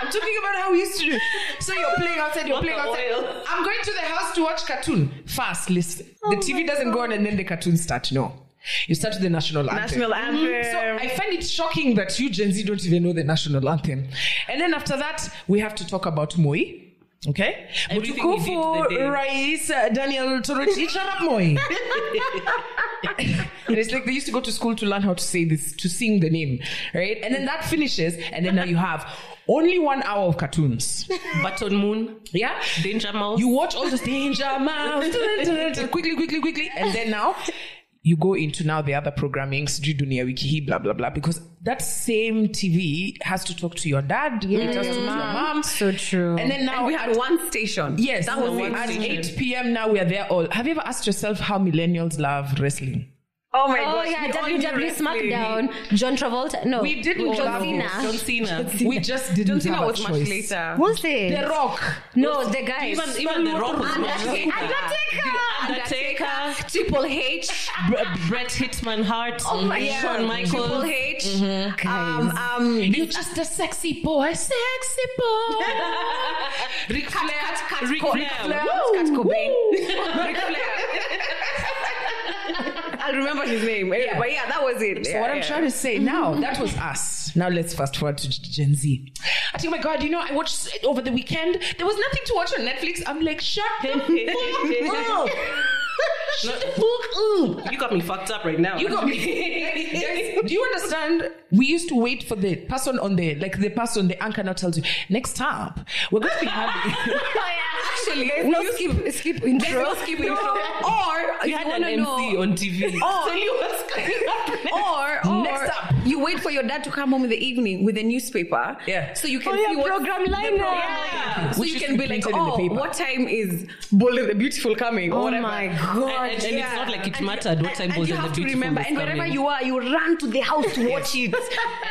S2: I'm talking about how we used to do. So you're playing outside, you're
S3: Not
S2: playing
S3: the
S2: outside.
S3: oil. Oh
S2: I'm going to the house to watch cartoon. Fast, listen. the TV doesn't go on and then the cartoons start. No. You start with the national anthem.
S4: National
S3: Mm.
S4: anthem.
S2: So
S3: Um,
S2: I find it shocking that you Gen Z don't even know the national anthem. And then after that, we have to talk about Moi. Okay?
S3: Everything we did
S2: Mutukufu
S3: the day.
S2: Rais uh, Daniel Toroitich Arap Moi. and it's like they used to go to school to learn how to say this, to sing the name, right? And then that finishes, and then now you have only one hour of cartoons.
S3: Button Moon,
S2: Yeah?
S3: Danger Mouse.
S2: You watch all those danger mouse dun, dun, dun, quickly, quickly, quickly, and then now you go into now the other programming, sijui dunia wiki hii, blah blah blah, because that same TV has to talk to your dad, it has to talk to your mom.
S1: So true.
S2: And then now
S4: And we
S2: at-
S4: had one station.
S2: yes,
S4: That was
S2: so
S4: it.
S2: at 8 p.m. Now we are there all. Have you ever asked yourself how millennials love wrestling?
S4: Oh my
S1: Oh
S4: gosh.
S1: yeah,
S4: we all knew
S1: WWE
S4: wrestling.
S1: SmackDwn, John Travolta. No,
S2: We
S4: Oh,
S2: didn't
S1: John
S2: love
S1: Cena.
S2: it.
S3: John Cena.
S2: We just didn't
S4: John Cena
S2: have a
S4: was
S2: choice.
S4: much later.
S1: Was it?
S2: The Rock.
S1: No, the guy.
S3: Even, even The Rock was
S1: Undertaker.
S3: Undertaker.
S1: Undertaker.
S3: Undertaker,
S4: Triple H,
S3: Br- Bret Hitman Hart,
S4: oh my
S3: Shawn
S4: God,
S3: Michaels.
S4: Triple H,
S1: Guys.
S4: um, um,
S2: You're just a sexy boy, sexy boy. Rick
S4: Cut,
S2: Flair,
S4: cut, cut,
S2: Ric
S4: co-
S2: Flair.
S4: Ric Flair,
S2: Woo!
S4: Kurt Cobain. Ric Flair. I'll remember his name. Anyway, But yeah, that was it.
S2: So what I'm trying to say now, that was us. Now let's fast forward to Gen Z. I think, oh my God, you know, I watched it over the weekend. There was nothing to watch on Netflix. I'm like, shut the fuck up. Shut the fuck up.
S3: You got me fucked up right now.
S2: You got me. Guys, Do you understand? We used to wait for the person on the, like the person, the anchor now tells you, next up, we're going to be having.
S4: Actually,
S1: No
S4: you
S1: skip, skip intro.
S4: skip intro. Or
S3: We
S4: if
S3: had
S4: you
S3: an
S4: wanna
S3: MC
S4: know,
S3: on TV.
S4: Oh.
S3: So you was
S4: or or
S2: Next up.
S4: you wait for your dad to come home in the evening with a newspaper.
S2: Yeah.
S4: So you can
S1: Oh, yeah,
S4: see what
S1: program lineup.
S4: Yeah. So
S2: Which
S4: you
S2: is
S4: can be like,
S2: printed in the
S4: oh,
S2: paper.
S4: what time is Bold and the Beautiful coming? or
S1: Oh
S4: whatever.
S1: my
S3: and,
S1: god.
S3: and it's not like it
S4: And you-
S3: mattered what
S4: and-
S3: time
S4: and
S3: was
S4: you
S3: in the
S4: have to
S3: beautiful
S4: remember.
S3: was
S4: And wherever
S3: coming.
S4: you are, you run to the house to watch it.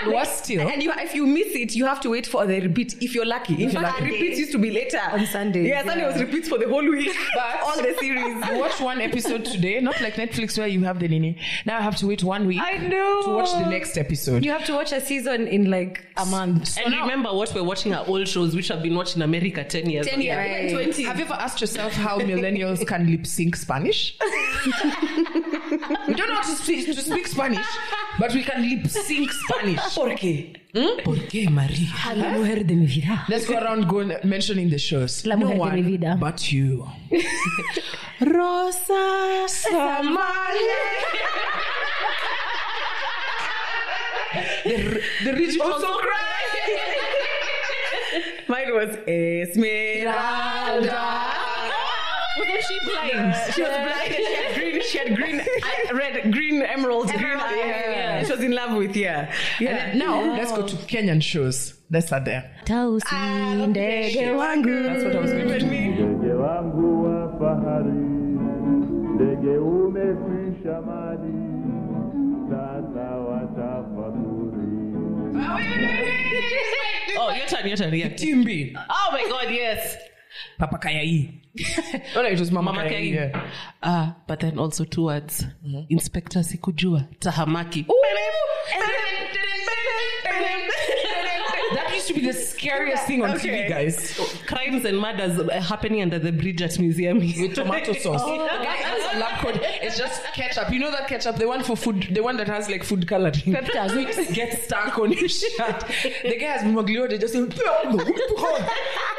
S2: And worse still,
S4: And you, if you miss it, you have to wait for the repeat if you're lucky. In
S2: you're
S4: fact,
S2: lucky.
S4: repeats used to be later.
S1: On Sundays,
S4: Yeah, Sunday
S1: yeah.
S4: was repeats for the whole week.
S2: But-
S4: all the series.
S2: I watched one episode today, not like Netflix where you have the nini. Now I have to wait one week
S1: I know.
S2: to watch the next episode.
S1: You have to watch a season in like a month.
S3: And remember what we're watching are old shows which have been watched in America 10 years.
S4: Ten years,
S1: Right.
S4: even twenty.
S2: Have you ever asked yourself how millennials can lip sync Spanish? we don't know how to speak, to speak Spanish, but we can lip sync Spanish.
S4: ¿Por qué?
S2: ¿Por qué, Maria?
S1: La mujer de mi vida.
S2: Let's go around going mentioning the shows.
S1: La mujer
S2: no
S1: de
S2: one
S1: mi vida.
S2: but you.
S4: Rosa.
S2: The, the rich also cry.
S4: Mine was Esmeralda.
S3: Wasn't she blind?
S4: uh, She was blind. and She had green. She had green, I- red, green emeralds. green
S1: Emerald,
S4: eyes.
S1: yeah.
S4: She was in love with yeah.
S2: And then now let's go to Kenyan shows. Let's start there.
S1: Tausi
S4: Eh,
S1: ndege
S2: That's what I was going to do.
S5: Ndege wangu wa fahari, ndege umekwisha mali, sasa watafakuri.
S3: Oh, your turn, your turn, yeah.
S2: Timbi.
S3: Oh my god, yes.
S2: Papa Kayai. oh, no, it was Mama,
S3: Mama Kayai.
S2: Kayai, yeah.
S3: Ah, but then also two words. Inspector Sikujua, Tahamaki.
S2: that used to be the scariest thing on TV, guys.
S3: Crimes and murders uh, happening under the bridge at museum. Oh,
S2: With tomato sauce. The guy has a lab code. It's just ketchup. You know that ketchup, the one for food, the one that has like food coloring.
S1: Peptas.
S2: So you just get stuck on his shirt. The guy has mogliota just saying,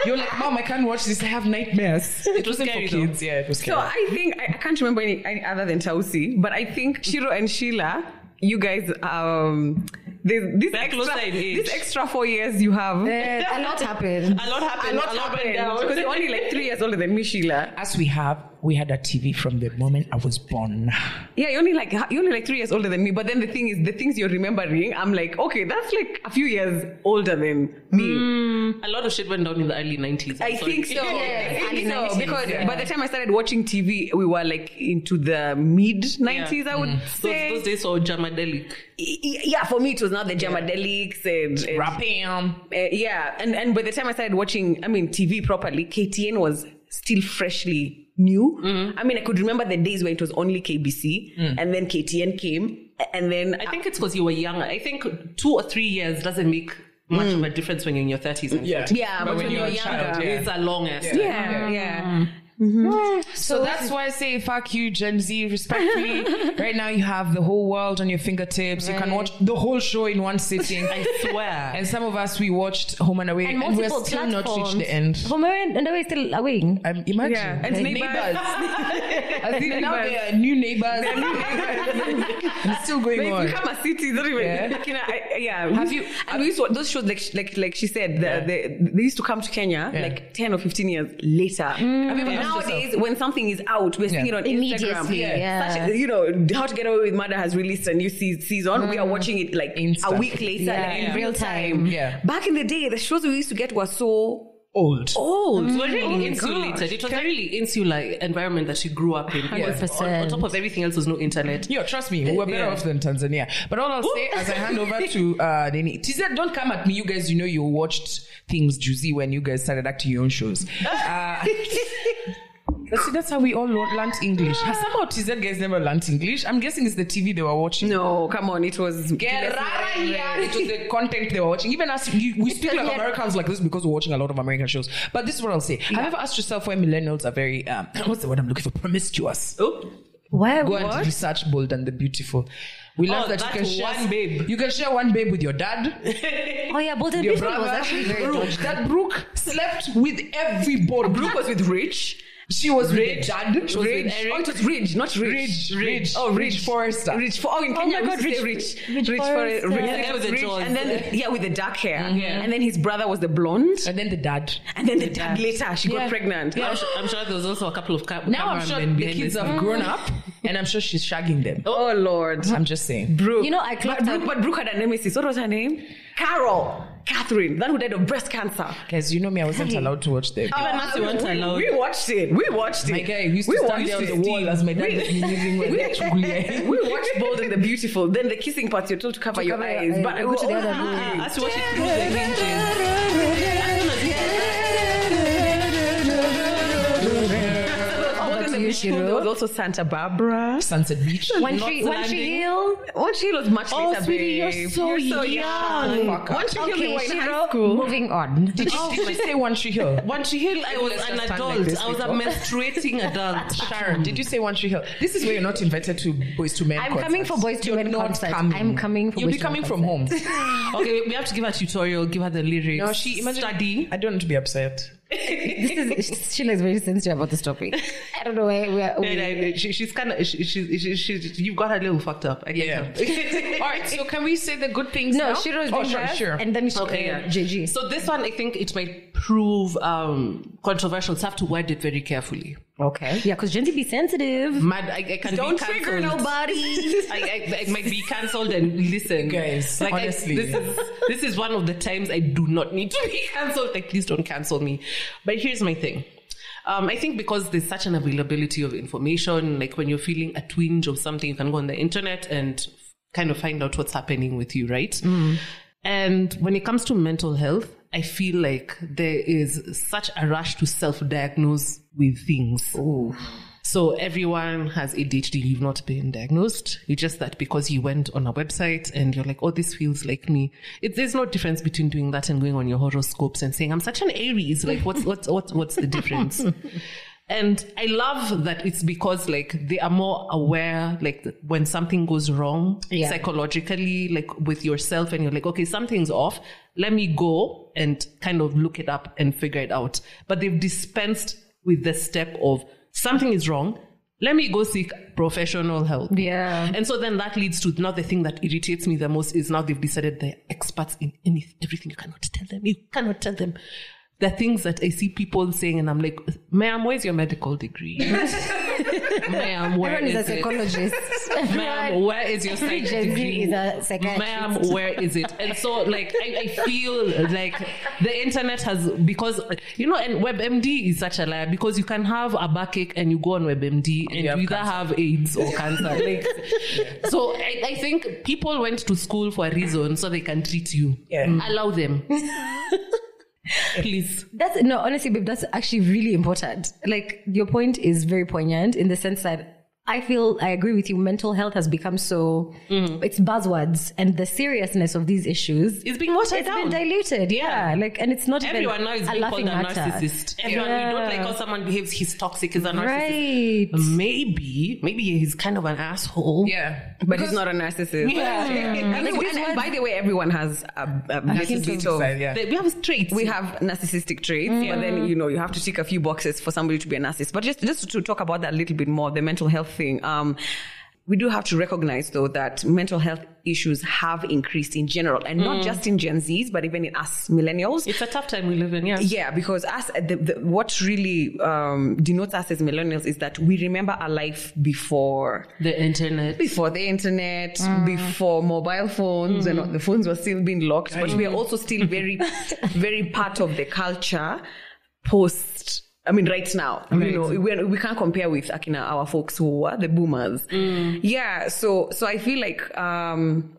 S2: You're like, Mom, I can't watch this. I have nightmares. It wasn't for
S3: Scary though.
S2: kids. Yeah, it was
S4: So
S2: scary.
S4: I think I, I can't remember any, any other than Tausi, but I think Shiro and Sheila, you guys, um, this, this
S3: They're
S4: extra,
S3: closer in age.
S4: this extra four years you have.
S1: A lot happened.
S3: A lot happened. A lot went down.
S4: because you're only like three years older than me, Sheila.
S2: As we have, we had a TV from the moment I was born.
S4: Yeah, you're only like you're only like three years older than me. But then the thing is, the things you're remembering, I'm like, okay, that's like a few years older than me.
S3: A lot of shit went down in the early 90s. I'm
S4: I
S3: Mm, sorry.
S4: think so.
S1: Yes,
S4: I
S1: early
S4: think so
S1: 90s,
S4: because
S1: yeah.
S4: by the time I started watching TV, we were like into the mid 90s, I would
S3: Those, Mm.
S4: say.
S3: those days saw Jamadelic.
S4: Y- y- yeah, for me, it was not the Jamadelics and. and
S2: Rapam.
S4: uh, yeah, and, and by the time I started watching, I mean, TV properly, KTN was still freshly new. I mean, I could remember the days when it was only KBC and then KTN came and then.
S3: I think it's because you were younger. I think two or three years doesn't make much of a difference when you're in your 30s and 40s.
S4: Yeah, but when you're
S2: a
S4: younger,
S2: yeah.
S3: It's the longest.
S4: yeah, yeah.
S2: Mm-hmm. So that's why I say fuck you, Gen Z, respectfully. right now you have the whole world on your fingertips. You can watch the whole show in one sitting.
S3: I swear.
S2: and some of us we watched Home and Away and, we're still not reached the end.
S1: Homer and Away still away.
S2: Um, imagine.
S4: Yeah, and neighbors.
S2: I think now they are new neighbors. it's still going
S4: But
S2: on.
S4: it's become a city. Don't even.
S2: Yeah.
S4: You know, I, I- yeah.
S2: Have you-
S4: And we used to, those shows, like sh- like like she said, the,
S2: Yeah.
S4: they, they used to come to Kenya
S2: Yeah. Mm.
S4: like ten or fifteen years later.
S2: Have you ever asked
S4: Nowadays, when something is out, we're seeing it on Instagram.
S1: Immediately, yeah.
S4: Such, you know, How to Get Away with Murder has released a new se- season. We are watching it like
S2: Instant.
S4: a week later,
S1: Yeah,
S4: like
S1: in
S4: in
S1: real
S4: real
S1: time.
S4: time.
S2: Mm. Yeah.
S4: Back in the day, the shows we used to get were so
S2: Old.
S4: old.
S3: It was really
S4: Oh,
S3: insulated.
S4: gosh.
S3: It was a really insular environment that she grew up in. because On,
S1: 100%.
S3: on top of everything else was no internet.
S2: Yeah, trust me, we're better
S3: Yeah.
S2: off than Tanzania. But all I'll say as I hand over to uh Nini, Tizia, don't come at me. You guys, you know, you watched things juicy when you guys started acting your own shows. Uh, But see, that's how we all lo- learnt English. Has Somehow Tizen guys never learnt English. I'm guessing it's the TV they were watching.
S4: No, come on. It was.
S2: Get right here. It was the content they were watching. Even us, you, we speak like Americans like this because we're watching a lot of American shows. But this is what I'll say. Have you ever asked yourself why millennials are very, um, what's the word I'm looking for? Promiscuous.
S3: Oh,
S1: Why?
S2: Go and research Bold and the Beautiful. We love
S3: Oh,
S2: that, you can
S3: that
S2: share
S3: one babe.
S2: You can share one babe with your dad,
S1: Oh yeah, Bolton
S2: your
S1: Beautiful
S2: brother.
S1: was actually very
S2: Brooke.
S1: dodgy.
S2: That Brooke slept with everybody. Brooke was with Rich. She was with Dad.
S4: It was with Eric. Oh, it was Ridge, not Ridge.
S2: Ridge, Ridge.
S4: Oh, Ridge.
S2: Ridge Forrester.
S4: Rich for, oh, in Kenya,
S1: my
S4: we
S1: God,
S4: used to say
S1: Ridge-
S4: Rich.
S1: Ridge Forrester.
S4: Rich.
S3: Yeah, with the
S4: Rich.
S3: jaws.
S4: And then, yeah, with the dark hair. And then his brother was the blonde.
S2: And then the dad.
S4: And then the dad later, she got pregnant.
S3: yeah, I'm, su- I'm sure there was also a couple of cam-
S2: Now I'm sure
S3: cameramen
S2: the
S3: behind
S2: kids
S3: the
S2: have
S3: scenes.
S2: grown up, and I'm sure she's shagging them.
S4: Oh, Lord.
S2: I'm just saying.
S4: Brooke.
S1: You know, I
S4: but
S1: clicked
S4: Brooke,
S1: on-
S4: but Brooke had a nemesis. What was her name? Carol. Catherine. That who died of breast cancer.
S2: Guys, you know me, I wasn't allowed to watch them.
S3: Even us, we weren't
S4: we,
S3: allowed.
S4: we watched it. We watched it.
S2: My guy used to
S4: we
S2: stand
S4: watched
S2: there on the
S4: it.
S2: wall as my dad
S4: We-
S2: was leaving when they
S4: we, watched Bold and the Beautiful. Then the kissing part, you're told to cover your
S1: cover your
S4: eyes.
S1: eyes.
S4: But
S1: Go
S4: we
S1: to
S4: were
S1: the
S4: all
S1: other
S4: happy.
S1: room.
S3: Ah, As you watch it through the green jeans.
S4: Bold and the
S1: you,
S4: Beautiful,
S1: Shiro.
S4: There was also Santa Barbara.
S2: Sunset Beach.
S1: One tree, one tree hill.
S4: One Tree Hill was much
S1: Oh,
S4: later,
S1: sweetie, you're
S4: babe.
S1: so young.
S4: Fuck One Tree Hill, we
S1: Okay,
S4: were in
S1: Shiro,
S4: high school.
S1: moving on.
S2: Did she, did she
S1: Oh.
S2: say One Tree Hill?
S3: One Tree Hill, I was
S2: Let's
S3: an
S2: just stand like
S3: adult.
S2: this
S3: I was a
S2: before.
S3: menstruating adult.
S2: Sharon, did you say One Tree Hill? This is where you're not invited to Boys to Men
S1: I'm
S2: concerts.
S1: coming for Boys to
S2: You're
S1: Men
S2: not
S1: concerts. I'm coming for
S2: You'll
S1: Boys
S2: be
S1: to Men
S2: coming from home.
S3: okay, we have to give her a tutorial, give her the lyrics.
S2: No, she imagine,
S3: study.
S2: I don't want to be upset.
S1: this is Sheila is very sensitive about this topic. I don't know where we are.
S3: And I- she- she's kind of she, she, she, she, you've got her a little fucked up. I can
S2: Yeah.
S3: tell.
S2: All right, so can we say the good things
S1: no,
S2: now?
S1: Shiro is
S2: oh,
S1: doing
S2: sure,
S1: hers,
S2: sure.
S1: and then she,
S3: Okay, yeah.
S1: JG.
S3: So this one, I think it might prove um, controversial. So I have to word it very carefully.
S1: okay, yeah, because Gen Z be sensitive.
S3: Mad, I, I can
S1: Don't
S3: be
S1: trigger
S3: cancelled.
S1: nobody.
S3: I, I, I might be cancelled and listen,
S2: Guys,
S3: Like
S2: honestly.
S3: I, this is this is one of the times I do not need to be cancelled. Like, please don't cancel me. But here's my thing. Um, I think because there's such an availability of information, like when you're feeling a twinge of something, you can go on the internet and kind of find out what's happening with you, right? And when it comes to mental health, I feel like there is such a rush to self-diagnose with things.
S2: Oh.
S3: So everyone has ADHD. You've not been diagnosed. It's just that because you went on a website and you're like, oh, this feels like me. It, there's no difference between doing that and going on your horoscopes and saying, I'm such an Aries. Like, what's, what's, what's, what's the difference? And I love that it's because like they are more aware, like that when something goes wrong
S1: Yeah.
S3: psychologically, like with yourself and you're like, okay, something's off. Let me go and kind of look it up and figure it out. But they've dispensed with the step of something is wrong. Let me go seek professional help.
S1: Yeah.
S3: And so then that leads to now the thing that irritates me the most is now they've decided they're experts in anything, everything. You cannot tell them. You cannot tell them. The things that I see people saying, and I'm like, ma'am, where's your medical degree? ma'am, where
S1: Everyone is a
S3: is it?
S1: psychologist.
S3: Ma'am, where is your
S1: Every
S3: psych
S1: Gen Z
S3: degree?
S1: is a psychiatrist.
S3: Ma'am, where is it? And so, like, I, I feel like the internet has because you know, and WebMD is such a liar because you can have a backache and you go on WebMD and you,
S2: have
S3: either have AIDS or cancer. Like, so I, I think people went to school for a reason so they can treat you. Mm.
S2: Yeah.
S3: Allow them, please.
S1: That's no, honestly, babe, that's actually really important. Like your point is very poignant in the sense that I feel I agree with you. Mental health has become so it's buzzwords and the seriousness of these issues.
S3: It's being watered
S1: it's been
S3: down.
S1: diluted, yeah. Like, and it's not
S3: Everyone
S1: even
S3: now is
S1: a
S3: being called
S1: laughing
S3: a
S1: matter.
S3: narcissist. Everyone, we don't like
S1: Yeah.
S3: how someone behaves. He's toxic. He's a narcissist.
S1: Right.
S3: maybe maybe he's kind of an asshole
S2: Yeah.
S4: But he's not a narcissist.
S3: Yeah.
S4: And,
S1: Like,
S4: and-
S1: this
S4: and
S1: one-
S4: by the way, everyone has a, a little
S2: Narcissistic
S4: bit of.
S2: side, yeah.
S3: Th- we have traits
S4: We have narcissistic traits, but then you know you have to tick a few boxes for somebody to be a narcissist. But just just to talk about that a little bit more, the mental health thing. Um, we do have to recognize though that mental health issues have increased in general, and
S1: Mm.
S4: not just in Gen Zs, but even in us millennials.
S3: it's a tough time we live in yeah
S4: Yeah, because us, the, the, what really um, denotes us as millennials is that we remember our life before
S3: the internet
S4: before the internet, before mobile phones, and the phones were still being locked. But we are also still very, very part of the culture post. I mean, right now, you know, we, we can't compare with Akina, our folks who were the boomers. Yeah. So, so I feel like, um,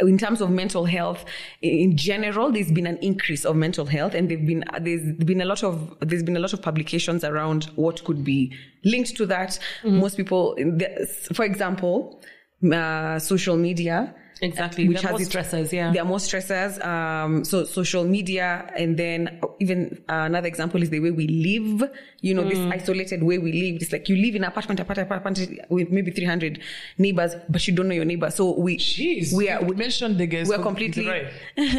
S4: in terms of mental health i- in general there's been an increase of mental health and they've been there's been a lot of there's been a lot of publications around what could be linked to that most people the- for example uh, social media
S3: Exactly. There are more
S4: its-
S3: stressors, yeah.
S4: there are more stressors um, so social media and then even another example is the way we live you know this isolated way we live it's like you live in an apartment apartment apartment with maybe 300 neighbors but you don't know your neighbor so we
S2: Jeez,
S4: we are
S2: you mentioned the guys.
S4: we're completely
S2: Right.
S4: we're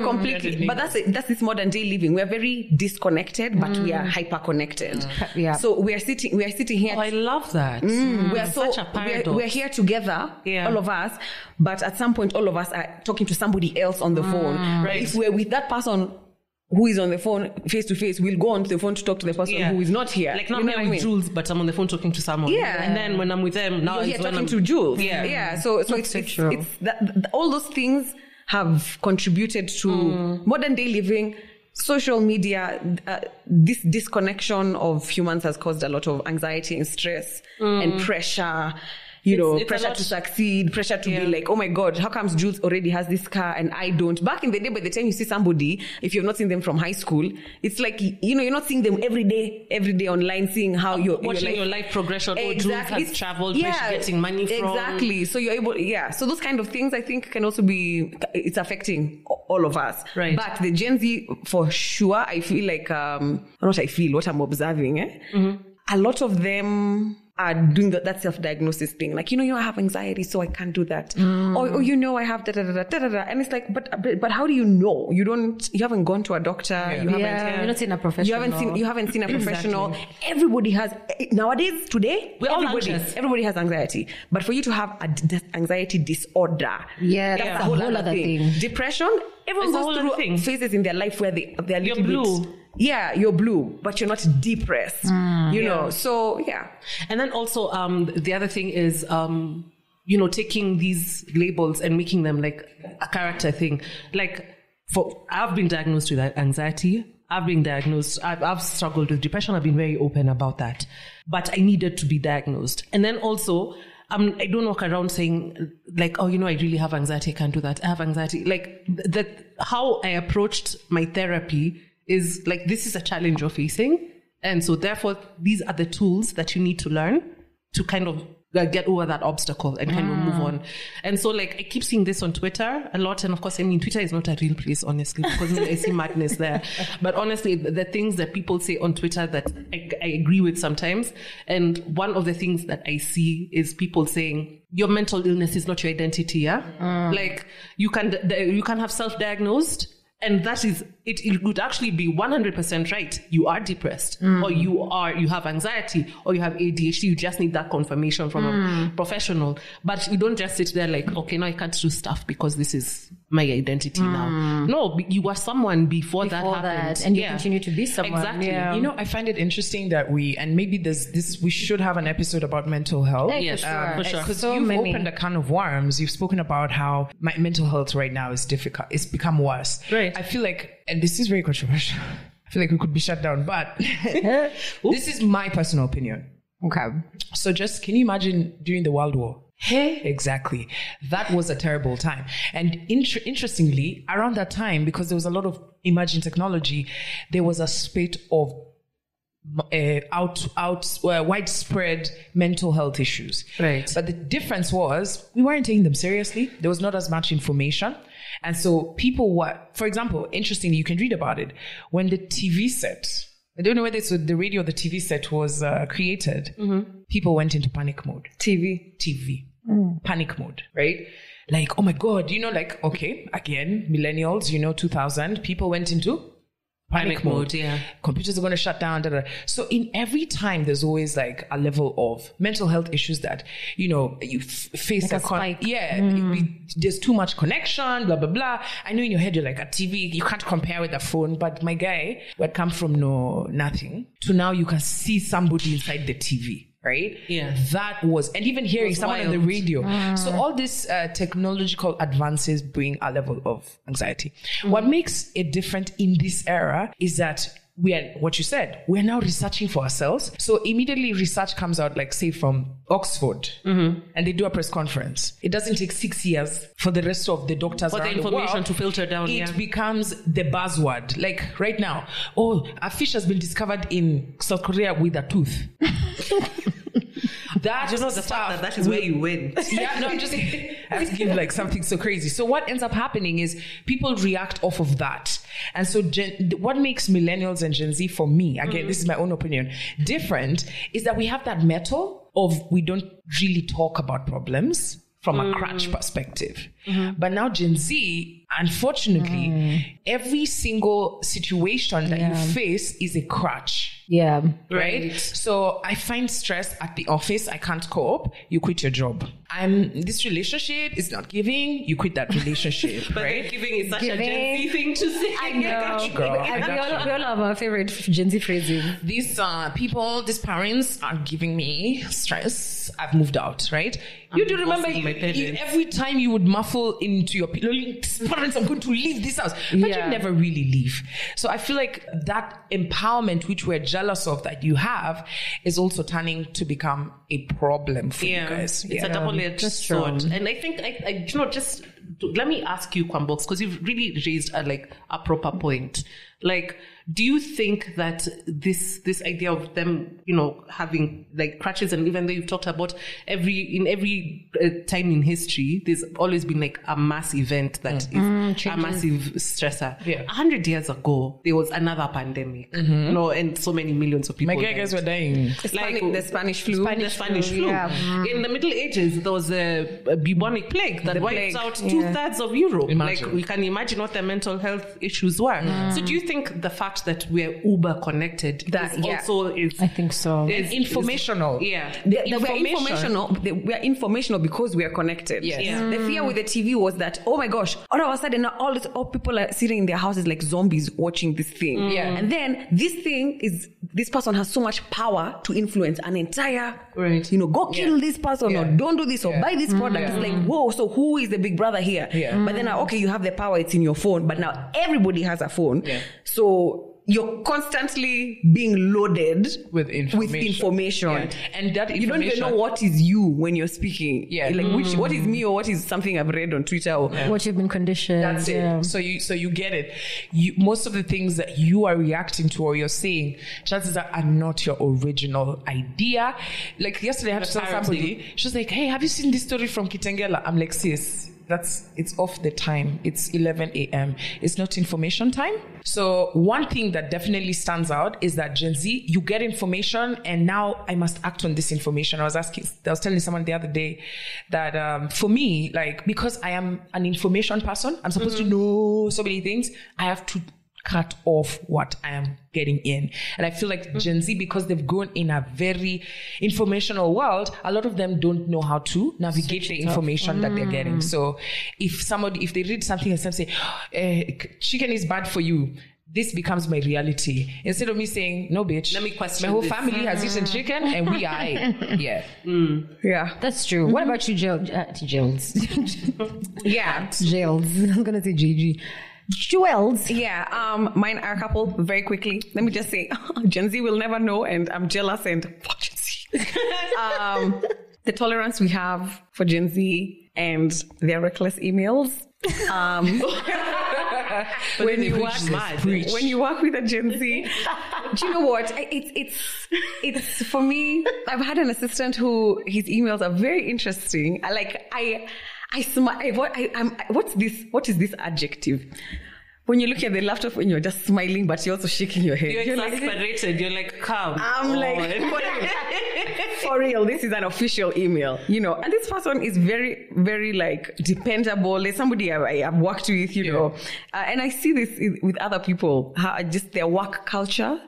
S3: Mm,
S4: completely but that's it that's this modern day living we're very disconnected but we are hyper connected
S1: Yeah.
S4: so we are sitting we are sitting here
S3: Mm.
S4: Mm,
S3: Oh, I love that.
S4: we are so
S3: Such a
S4: we're,
S3: paradox.
S4: we're here together,
S3: Yeah.
S4: all of us. But at some point, all of us are talking to somebody else on the phone.
S3: Mm, right.
S4: If we're with that person who is on the phone face to face, we'll go onto the phone to talk to the person
S3: Yeah.
S4: who is not here.
S3: Like now
S4: You
S3: I'm
S4: know
S3: here
S4: what I
S3: with
S4: mean?
S3: Jules, but I'm on the phone talking to someone.
S4: Yeah.
S3: And then when I'm with them, now
S4: You're here
S3: it's when
S4: talking
S3: I'm
S4: to Jules.
S3: Yeah.
S4: yeah. So so it's
S1: so
S4: it's,
S1: true.
S4: it's that, th- all those things have contributed to
S3: Mm.
S4: modern day living. Social media, uh, this disconnection of humans has caused a lot of anxiety and stress and pressure. You know,
S3: Mm. it's a
S4: pressure
S3: lot-
S4: to succeed, pressure to be like, oh my God, how comes Jules already has this car and I don't? Back in the day, by the time you see somebody, if you've not seen them from high school, it's like, you know, you're not seeing them every day, every day online, seeing how your,
S3: Oh, Watching your life progression, oh, Jules has
S4: It's-
S3: traveled, where she's getting money from.
S4: Exactly. So you're able, yeah. So those kind of things, I think, can also be, it's affecting a- all of us.
S3: Right.
S4: But the Gen Z, for sure, I feel like, um, not I feel, what I'm observing, eh?
S3: Mm-hmm.
S4: A lot of them are doing that, that self-diagnosis thing. Like, you know, you know, I have anxiety, so I can't do that.
S3: Mm.
S4: Or, or, you know, I have da da da da da da. da. And it's like, but, but, but how do you know? You don't, you haven't gone to a doctor. You haven't,
S1: Yeah, you're not seeing a professional.
S4: you haven't seen you haven't seen a professional. Everybody has nowadays today.
S3: We're all
S4: everybody,
S3: anxious.
S4: everybody has anxiety, but for you to have a d- anxiety disorder,
S1: Yeah, that's a whole other thing.
S4: Depression. Everyone
S3: It's a
S4: goes
S3: whole
S4: through
S3: other thing.
S4: phases in their life where they they're
S3: You're
S4: little
S3: blue. Mm,
S4: Bit, yeah, you're blue, but you're not depressed. you know, so yeah,
S3: And then also, um, the other thing is, um, you know, taking these labels and making them like a character thing. Like, for I've been diagnosed with anxiety. I've been diagnosed. I've, I've struggled with depression. I've been very open about that, but I needed to be diagnosed. And then also, I'm, I don't walk around saying like, oh, you know, I really have anxiety. I can't do that. I have anxiety. Like th- that. How I approached my therapy is like this is a challenge you're facing. And so, therefore, these are the tools that you need to learn to kind of uh, get over that obstacle and kind of move on. And so, like, I keep seeing this on Twitter a lot. And of course, I mean, Twitter is not a real place, honestly, because I see madness there. But honestly, the, the things that people say on Twitter that I, I agree with sometimes. And one of the things that I see is people saying, your mental illness is not your identity, yeah? Like, you can, the, you can have self diagnosed and that is it it would actually be 100% right you are depressed or
S1: Mm.
S3: you are you have anxiety or you have adhd you just need that confirmation from
S1: Mm.
S3: a professional but you don't just sit there like okay now i can't do stuff because this is my identity now no b- you were someone before,
S1: Mm. Before
S3: that happened
S1: that, and you continue to be someone.
S3: exactly
S1: Yeah.
S2: You know, I find it interesting that we, and maybe there's this, we should have an episode about mental health.
S1: Hey,
S3: Yes,
S1: uh, for sure.
S3: um, for sure.
S2: Because
S1: So
S2: you've
S1: many.
S2: opened a can of worms. You've spoken about how my mental health right now is difficult. It's become worse.
S3: Right.
S2: I feel like, and this is very controversial. I feel like we could be shut down, but this is my personal opinion.
S1: Okay.
S2: So just can you imagine during the World War? Hey, exactly. That was a terrible time. And inter- interestingly, around that time, because there was a lot of emerging technology, there was a spate of uh, out, out, uh, widespread mental health issues.
S3: Right.
S2: But the difference was we weren't taking them seriously. There was not as much information, and so people were, for example, interestingly, you can read about it when the TV set. I don't know whether it's with the radio or the TV set was uh, created. People went into panic mode.
S4: TV.
S2: TV. Panic mode, right? Like, oh my God, you know, like, okay, again, millennials, you know, 2000, people went into panic,
S3: Panic
S2: mode.
S3: mode, yeah.
S2: Computers are going to shut down. Da, da. da. So, in every time, there's always like a level of mental health issues that, you know, you f- face
S1: Like a spike.
S2: Yeah,
S3: Mm.
S2: you- you- there's too much connection, blah, blah, blah. I know in your head, you're like, a TV, you can't compare with a phone, but my guy, what come from no nothing to now you can see somebody inside the TV. Right?
S3: Yeah.
S2: That was, and even hearing
S3: was
S2: someone on the
S3: wild. Mm.
S2: radio. So all these uh, technological advances
S3: Mm.
S2: bring a level of anxiety. What makes it different in this era is that we are what you said we're now researching for ourselves so immediately research comes out like say from oxford
S3: Mm-hmm.
S2: and they do a press conference it doesn't take six years for the rest of the doctors
S3: For the
S2: around
S3: information
S2: world.
S3: to filter down,
S2: it
S3: yeah.
S2: becomes the buzzword like right now oh a fish has been discovered in south korea with a tooth that
S3: Just the
S2: stuff
S3: fact that that is where
S2: will-
S3: you win.
S2: yeah, no, I'm just I have to give like something so crazy. So what ends up happening is people react off of that, and so Gen, what makes millennials and Gen Z for me again, this is my own opinion, different is that we have that metal of we don't really talk about problems from a crutch perspective, but now Gen Z, unfortunately, every single situation that you face is a crutch
S1: Yeah.
S2: right? So I find stress at the office. I can't cope. You quit your job. I'm this relationship is not giving. You quit that relationship,
S3: But then
S2: right?
S3: giving is such a Gen
S1: Giving.
S3: Z thing to say.
S1: I know.
S2: you, girl. I
S1: And we,
S2: got
S1: all,
S2: you.
S1: we all have our favorite Gen Z phrases.
S2: These uh, people, these parents are giving me stress. I've moved out, right? you do remember
S3: divorcing
S2: you,
S3: my parents.
S2: you- every time you would muffle into your pillow, "These parents, I'm going to leave this house. But
S1: Yeah.
S2: you never really leave. So I feel like that empowerment, which we're jealous of that you have, is also turning to become a problem for you guys.
S3: It's a double-edged
S1: That's true.
S3: sword, and I think I, I you know, just to- let me ask you, Kwambox, because you've really raised a like a proper point. Like, do you think that this this idea of them, you know, having like crutches, and even though you've talked about every in every uh, time in history, there's always been like a mass event that is a massive stressor.
S2: Mm-hmm. Mm, Yeah. Mm-hmm.
S3: a hundred years ago, there was another pandemic, you know, and so many millions of people.
S2: My guys
S3: died
S2: were dying.
S4: The Spani- the Spanish flu.
S3: the Spanish flu.
S1: yeah.
S3: In the Middle Ages, there was a, a bubonic plague that wiped
S4: plague,
S3: out two thirds of Europe.
S2: Imagine.
S3: Like we can imagine what the mental health issues were.
S4: Mm.
S3: So, do you think the fact that we're uber connected that
S4: yeah.
S3: also is
S1: I think so.
S3: is-
S2: Informational.
S3: is- yeah.
S4: The- the- we're informational. the- we are informational because we are connected.
S2: Yes.
S3: Yeah.
S4: The fear with the TV was that oh my gosh, all of a sudden now all these all people are sitting in their houses like zombies watching this thing.
S2: Mm. Yeah.
S4: And then this thing is this person has so much power to influence an entire
S2: Right.
S4: You know, go kill this person or
S2: Yeah. Mm.
S4: don't do this or buy this product. It's like whoa, so who is the big brother here?
S2: Yeah. Mm.
S4: But then now, okay, you have the power. It's in your phone. But now everybody has a phone.
S2: Yeah.
S4: So. You're constantly being loaded
S2: With
S4: With
S2: information.
S4: information.
S2: Yeah. And that
S4: you don't even know
S2: information-
S4: what is you when you're speaking.
S2: Yeah.
S4: Like which what is me or what is something I've read on Twitter or
S1: what you've been conditioned.
S2: That's it.
S1: yeah.
S2: So you so you get it. You, most of the things that you are reacting to or you're saying, chances are, are not your original idea. Like yesterday, I had to tell
S3: parody.
S2: somebody. She was like, "Hey, have you seen this story from Kitengela?" I'm like, "Sis." That's it's off the time. It's 11 a.m. It's not information time. So one thing that definitely stands out is that Gen Z, you get information, and now I must act on this information. I was asking, I was telling someone the other day that um, for me, like because I am an information person, I'm supposed to know so many things. I have to cut off what I am getting in. And I feel like Gen Z, because they've grown in a very informational world, a lot of them don't know how to navigate the information that they're getting. So if somebody, if they read something and some say, eh, c- chicken is bad for you. This becomes my reality. Instead of me Mm. saying, no, bitch.
S3: Let me question
S2: My whole
S3: this."
S2: family has eaten chicken and we are. it." Yeah.
S4: yeah.
S1: That's true.
S4: Mm-hmm.
S1: What about you, Jill? Uh, Jills.
S4: Yeah.
S1: Jills. I'm going to say JG. Jewels.
S4: Yeah, um, mine are a couple very quickly. Let me just say, Gen Z will never know, and I'm jealous and fuck Gen Z. um, the tolerance we have for Gen Z and their reckless emails. Um, when you work
S2: mad. Preach.
S4: when you work with a Gen Z, do you know what? I- It's it's it's for me. I've had an assistant who his emails are very interesting. I like I I smile. I, what I, I'm, what's this? What is this adjective? When you look at the laptop and you're just smiling, but you're also shaking your head.
S3: You're
S4: You're like,
S3: exasperated. You're like, calm.
S4: I'm like, what are you- Oh for real, this is an official email, you know. And this person is very, very like dependable. There's somebody I, I- I've worked with, you know. Uh, and I see this i- with other people, how, just their work culture.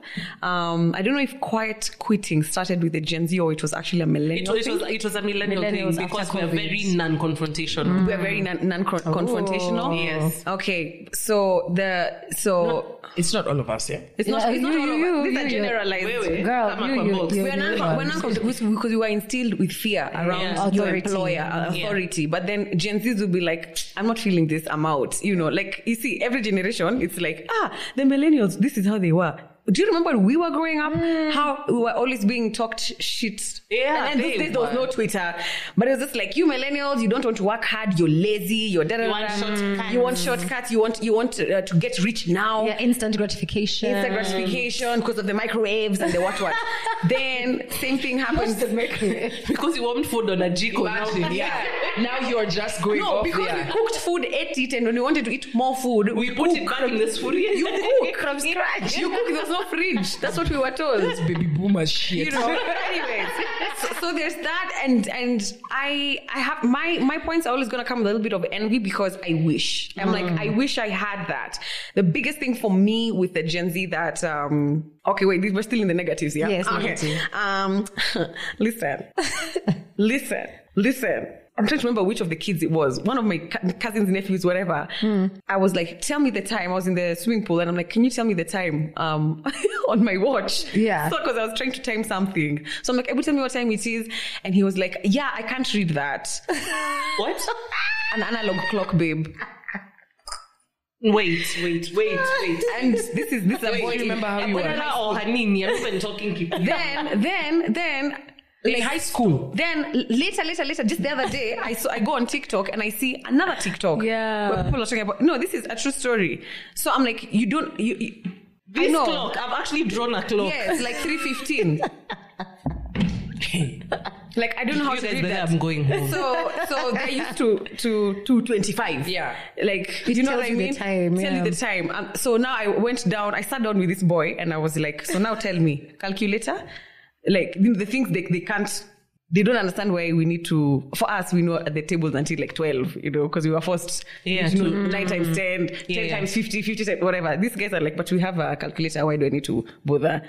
S4: Um, I don't know if quiet quitting started with the Gen Z or it was actually a
S3: it
S4: millennial.
S3: was, it was it was a millennial
S1: Millennials
S3: thing because
S1: after COVID.
S3: we're very non-confrontational.
S4: We're very non, non- confrontational.
S3: Yes.
S4: Okay. So the so
S2: it's not all of us, yeah?
S4: it's not
S1: Yeah,
S4: it's not
S1: you-
S4: all
S1: you-
S4: of us. These
S1: you-
S4: are
S1: you-
S4: generalized.
S3: Wait, wait.
S1: Girl,
S3: Come on,
S1: you, you,
S3: Kwambox.
S1: you,
S4: we're
S1: you
S4: not,
S1: are.
S4: we're not because we were instilled with fear around
S3: Yeah.
S4: your
S1: Authority.
S4: employer uh,
S3: Yeah.
S4: authority but then gen z's will be like i'm not feeling this i'm out you know like you see every generation it's like ah the millennials this is how they were do you remember when we were growing up?
S1: Mm.
S4: How we were always being talked shit.
S3: Yeah,
S4: And then
S3: they
S4: these days there was no
S3: were.
S4: Twitter. But it was just like you millennials, you don't want to work hard, you're lazy, you're da da
S3: You
S4: da.
S3: want
S4: da.
S3: shortcuts.
S4: You want shortcuts, you want you want uh, to get rich now.
S1: Yeah, instant gratification.
S4: Instant gratification because of the microwaves and the what what. then same thing happens.
S3: because you want food on a jiko. now-
S2: Imagine, yeah. Now you're just going
S4: No,
S2: off
S4: because
S2: there.
S4: we cooked food, ate it, and when we wanted to eat more food,
S3: We put it back in this food.
S4: you cook from scratch. You cook. There's no fridge. That's what we were told.
S2: This baby boomer shit.
S4: you know anyways so, so there's that and and i i have my my points are always going to come with a little bit of envy because i wish i'm
S1: Mm.
S4: like i wish i had that the biggest thing for me with the gen z that um okay wait we're still in the negatives yeah
S1: Yes,
S4: okay.
S1: negative.
S4: um listen listen listen I'm trying to remember which of the kids it was. One of my cou- cousins, nephews, whatever.
S2: Hmm.
S4: I was like, "Tell me the time." I was in the swimming pool, and I'm like, "Can you tell me the time um, on my watch?"
S1: Yeah.
S4: So because I was trying to time something. So I'm like, "Able tell me what time it is?" And he was like, "Yeah, I can't read that.
S3: What?
S4: An analog clock, babe."
S3: Wait, wait, wait, wait.
S4: And this is this is a
S2: Wait,
S4: boy.
S2: you remember how you were?
S3: Banana or hanini? I'm even talking to you.
S4: Then, then, then.
S2: In high school.
S4: Then l- later, later, later, just the other day, I saw I go on TikTok and I see another TikTok.
S1: Yeah.
S4: Where people are talking about no, this is a true story. So I'm like, you don't you, you I
S3: This
S4: know.
S3: clock, I've actually drawn a clock.
S4: Yes, like three fifteen. like I don't know how
S3: You
S4: to
S3: guys
S4: read
S3: better,
S4: that.
S3: I'm going home.
S4: So so they used to to to twenty five.
S2: Yeah.
S4: Like
S1: It
S4: you know
S1: tells
S4: what I
S1: you the
S4: mean?
S1: time,
S4: tell
S1: yeah.
S4: you the time. Um, so now I went down. I sat down with this boy and I was like, so now tell me calculator. Like the the things they they can't. They don't understand why we need to. For us, we know at the tables until like twelve, you know, because we were forced.
S3: Yeah,
S4: you know, nine times ten, ten
S3: Mm. Yeah, yeah.
S4: times 50, 50 cent, whatever. These guys are like, but we have a calculator. Why do I need to bother?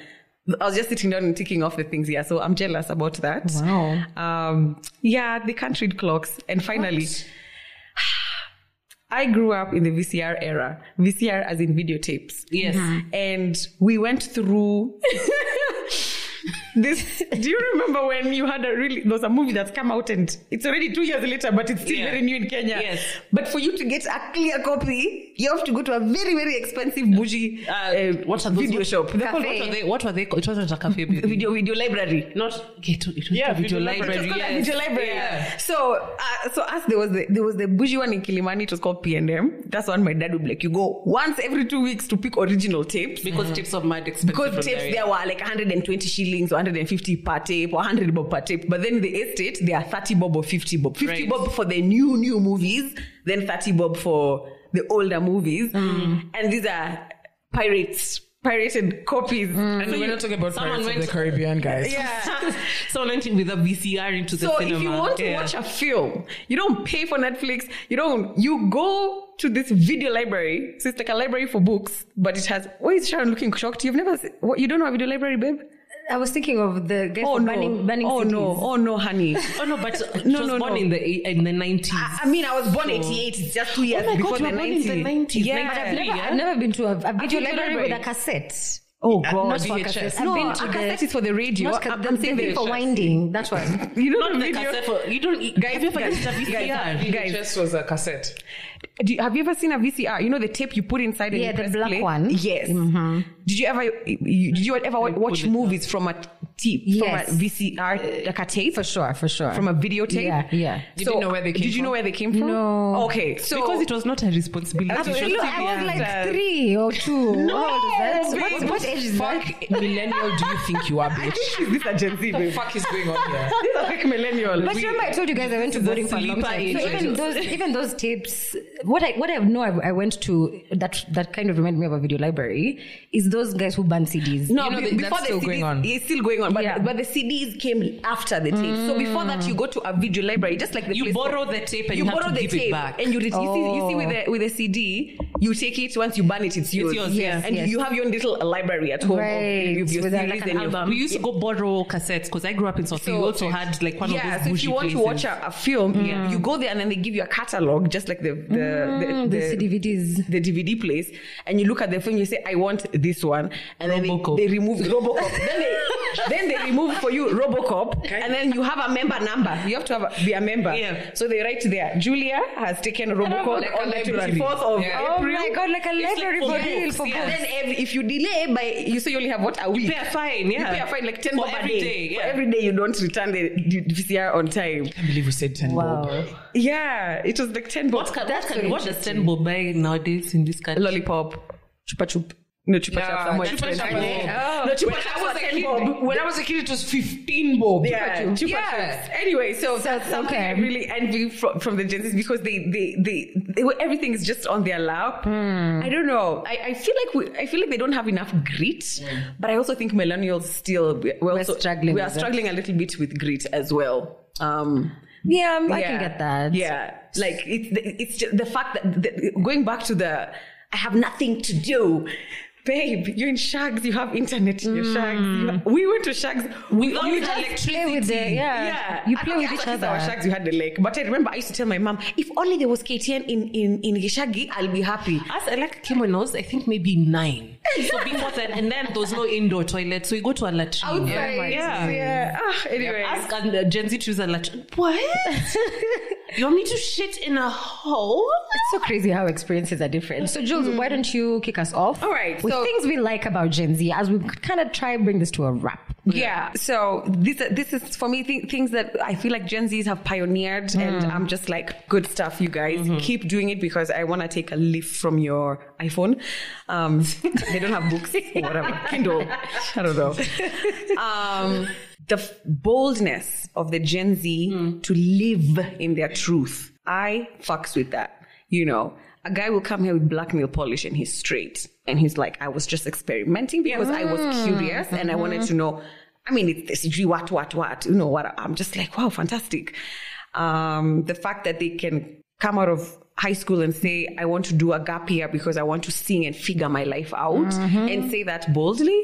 S4: I was just sitting down and ticking off the things. Yeah, so I'm jealous about that.
S1: Wow.
S4: Um, yeah, they can't read clocks. And finally, I grew up in the VCR era. VCR as in videotapes.
S3: Yes.
S4: And we went through this. Do you remember when you had a really there was a movie that's come out and it's already two years later, but it's still
S3: Yeah.
S4: very new in Kenya.
S3: Yes.
S4: But for you to get a clear copy, you have to go to a very very expensive bougie uh,
S3: Uh, what are those?
S4: video
S3: what,
S4: shop. They're called-
S3: What were they? What were they? called? It wasn't a cafe. baby.
S4: Video video library.
S3: Not get to it. was
S2: Yeah,
S3: a video
S2: video
S3: library.
S2: library.
S4: It was called a
S3: yes.
S4: video library.
S3: Yeah.
S4: So, uh, so us there was the there was the bougie one in Kilimani. It was called P and M. That's one my dad would be like. You go once every two weeks to pick original tapes.
S3: Because tips of mad expensive.
S4: Mm-hmm. Because
S3: from
S4: tapes
S3: there,
S4: there were like 120 shillings or 150 per tape or 100 bob per tape. But then the estate, they are 30 bob or 50 bob. 50
S3: Right.
S4: bob for the new, new movies, then 30 bob for the older movies.
S3: Mm.
S4: And these are pirates, pirated copies.
S3: Mm.
S4: And
S2: We're
S4: we're
S2: not talking about
S3: Someone
S2: Pirates of
S3: went
S2: the
S3: to-
S2: Caribbean, guys.
S4: yeah.
S3: Someone went in with a VCR into the
S4: so
S3: cinema.
S4: if you want to
S3: Yeah.
S4: watch a film, you don't pay for Netflix. You don't. You go to this video library. So it's like a library for books, but it has. Why is Sharon looking shocked? You've never. se- What, you don't know a video library, babe?
S1: I was thinking of the guy from Burning, burning
S4: oh
S1: Cities.
S4: no, oh no, honey.
S3: Oh no, but uh,
S4: No,
S3: she was
S4: no,
S3: born
S4: no.
S3: in the eight- in the nineties. Oh
S4: I, I mean, I was born '88. It's just two
S1: Oh
S4: years
S3: my God, you
S4: before the
S3: were born in the 90s,
S4: '90s. Yeah,
S3: 93,
S1: Never,
S3: yeah?
S1: I've never been to a, a video
S4: video
S1: library,
S4: library.
S1: with a cassette.
S4: Oh
S2: Uh,
S4: god.
S2: not
S1: for a
S2: VHS.
S1: cassette.
S4: No,
S1: I've been
S4: a
S1: to the-
S4: cassette is for the radio.
S1: Not ca-
S4: I'm-
S1: the,
S4: I'm
S1: the
S4: saying
S1: thing
S4: the-
S1: for winding. That's why.
S4: you don't
S3: not
S4: know
S3: the
S4: video.
S3: cassette. For, you don't. Guys, have you ever used a
S4: guys,
S3: VCR?
S4: guys.
S2: VHS was a cassette.
S4: Do you, have you ever seen a VCR? You know the tape you put inside and
S1: Yeah,
S4: you
S1: the
S4: press
S1: black
S4: play?
S1: one. Mm-hmm.
S4: Yes. Did you ever you, did you ever wa- watch movies from a tape
S1: Yes.
S4: from a VCR like a tape
S1: sure, for sure.
S4: from a videotape?
S1: Yeah, yeah.
S2: You didn't know where they came
S4: Did you know
S2: from?
S4: where they came from?
S1: No.
S4: Okay. So
S3: because it was not a responsibility.
S4: Absolutely.
S1: Look, I was like three or two. How old is that? What,
S2: Babe,
S1: what age is
S2: fuck
S1: that?
S2: millennial do you think you are, bitch?
S4: is this a Gen Z
S2: what the
S4: babe?
S2: fuck is going on here?
S4: These are like millennial.
S1: But remember, I told you guys I went to boarding for a long
S2: sleeper
S1: time.
S2: age,
S1: So even
S2: right?
S1: those, even those tapes, what I what I know I, I went to that that kind of reminded me of a video library is those guys who burn CDs.
S4: no,
S2: You know
S4: be-
S2: that-
S4: before
S2: that's
S4: the
S2: still
S4: CDs,
S2: going on.
S4: it's still going on. But,
S1: Yeah.
S4: but the CDs came after the tape. So before that, you go to a video library, just like the
S3: You
S4: place for-
S3: borrow the tape and you, have
S4: borrow
S3: to
S4: the
S3: give
S4: tape
S3: it back.
S4: and you, re- you see, you see with
S1: Oh.
S4: the with the CD, you take it once you burn it, it's yours.
S3: yours,
S1: Yes,
S4: and
S1: yes.
S4: you have your own little library at home. of-
S1: Right,
S4: With your
S1: with a- like
S4: CDs
S1: an
S4: and your-
S1: album.
S3: we used to go borrow cassettes because I grew up in South. we also had like one
S4: yeah,
S3: of those
S4: so if you
S3: bougie
S4: want to watch
S3: places.
S4: a, a film, you go there and then they give you a catalog, just like the the,
S1: Mm, the CDVDs.
S4: the DVD place, and you look at the film, you say, I want this one, and then
S3: Robocop.
S4: they, they remove Robocop. then they then they remove for you Robocop, and then you have a member number. You have to have a, be a member.
S3: Yeah.
S4: So they write there, Julia has taken Robocop
S2: Like a
S4: on the
S2: library.
S4: 24th of
S2: Yeah.
S1: Oh
S4: April.
S1: my god, like a library
S3: for
S1: for real
S3: books,
S1: for
S3: yeah.
S4: And
S1: books.
S4: then ev- if you delay by, you say you only have what a week.
S3: Pay a fine, yeah.
S4: You pay a fine like ten
S3: For
S4: bob a
S3: every
S4: day.
S3: day,
S4: For
S3: yeah.
S4: every day you don't return the the VCR on time.
S2: I believe we said 10 bob.
S1: Wow.
S4: Yeah, it was like ten bob.
S3: What, can,
S1: That's
S3: what,
S1: so
S3: can, what does ten bob buy nowadays in this country?
S4: Lollipop, chupa chup. No chupa
S2: Yeah,
S4: chup somewhere.
S2: chupa
S4: expensive.
S2: chup was
S1: bob.
S4: No chupa
S2: When
S4: chup
S2: I was
S4: was
S2: a
S4: ten
S2: kid-
S4: bob.
S2: When I was a kid, it was 15 bob.
S4: Yeah,
S2: Chupa chup.
S4: chupa chups. Anyway, so,
S1: So,
S4: that's something
S1: okay.
S4: I really envy from, from the Gen Zs because they they they, they were, everything is just on their lap. I don't know. I, I feel like we, I feel like they don't have enough grit, but I also think millennials still we- we're, also,
S1: struggling
S4: We are
S1: with it.
S4: struggling a little bit with grit as well. Um,
S1: Yeah, I'm- I
S4: yeah.
S1: can get that.
S4: Yeah, like it's the- it's just the fact that the, going back to the I have nothing to do. Babe, you're in shags. You have internet in your
S1: Mm.
S4: shags. You ha- we went to shags. We
S1: You
S4: only had
S1: just play with the yeah.
S4: yeah.
S1: You
S4: I
S1: play
S4: don't-
S1: with
S4: I
S1: each
S4: thought it's Our
S1: other.
S4: shags, you had the lake. But I remember I used to tell my mom, if only there was KTN in in in Gishagi, I'll be happy.
S3: As I like kimonos, I think maybe nine. So before then, and then there's no indoor toilet, so we go to a latrine.
S4: Outside, yeah. yeah. Ah, anyway,
S3: Ask and uh, Gen Z to use a latrine. What? you want me to shit in a hole?
S1: It's so crazy how experiences are different. So, Jules, why don't you kick us off?
S4: Mm. All right,
S1: With
S4: so-
S1: things we like about Gen Z as we kind of try bring this to a wrap.
S4: yeah. So this this is for me th- things that I feel like Gen Zs have pioneered, and I'm just like, good stuff, you guys. Keep doing it because I want to take a leaf from your iPhone. Um, they don't have books, or whatever Kindle. I don't know. Um, the f- boldness of the Gen Z to live in their truth. I fucks with that. You know, a guy will come here with black nail polish and he's straight. And he's like, I was just experimenting because I was curious and I wanted to know. I mean, it's this G what, what, what, you know, what. I'm just like, wow, fantastic. Um, the fact that they can come out of high school and say, I want to do a gap year because I want to sing and figure my life out and say that boldly.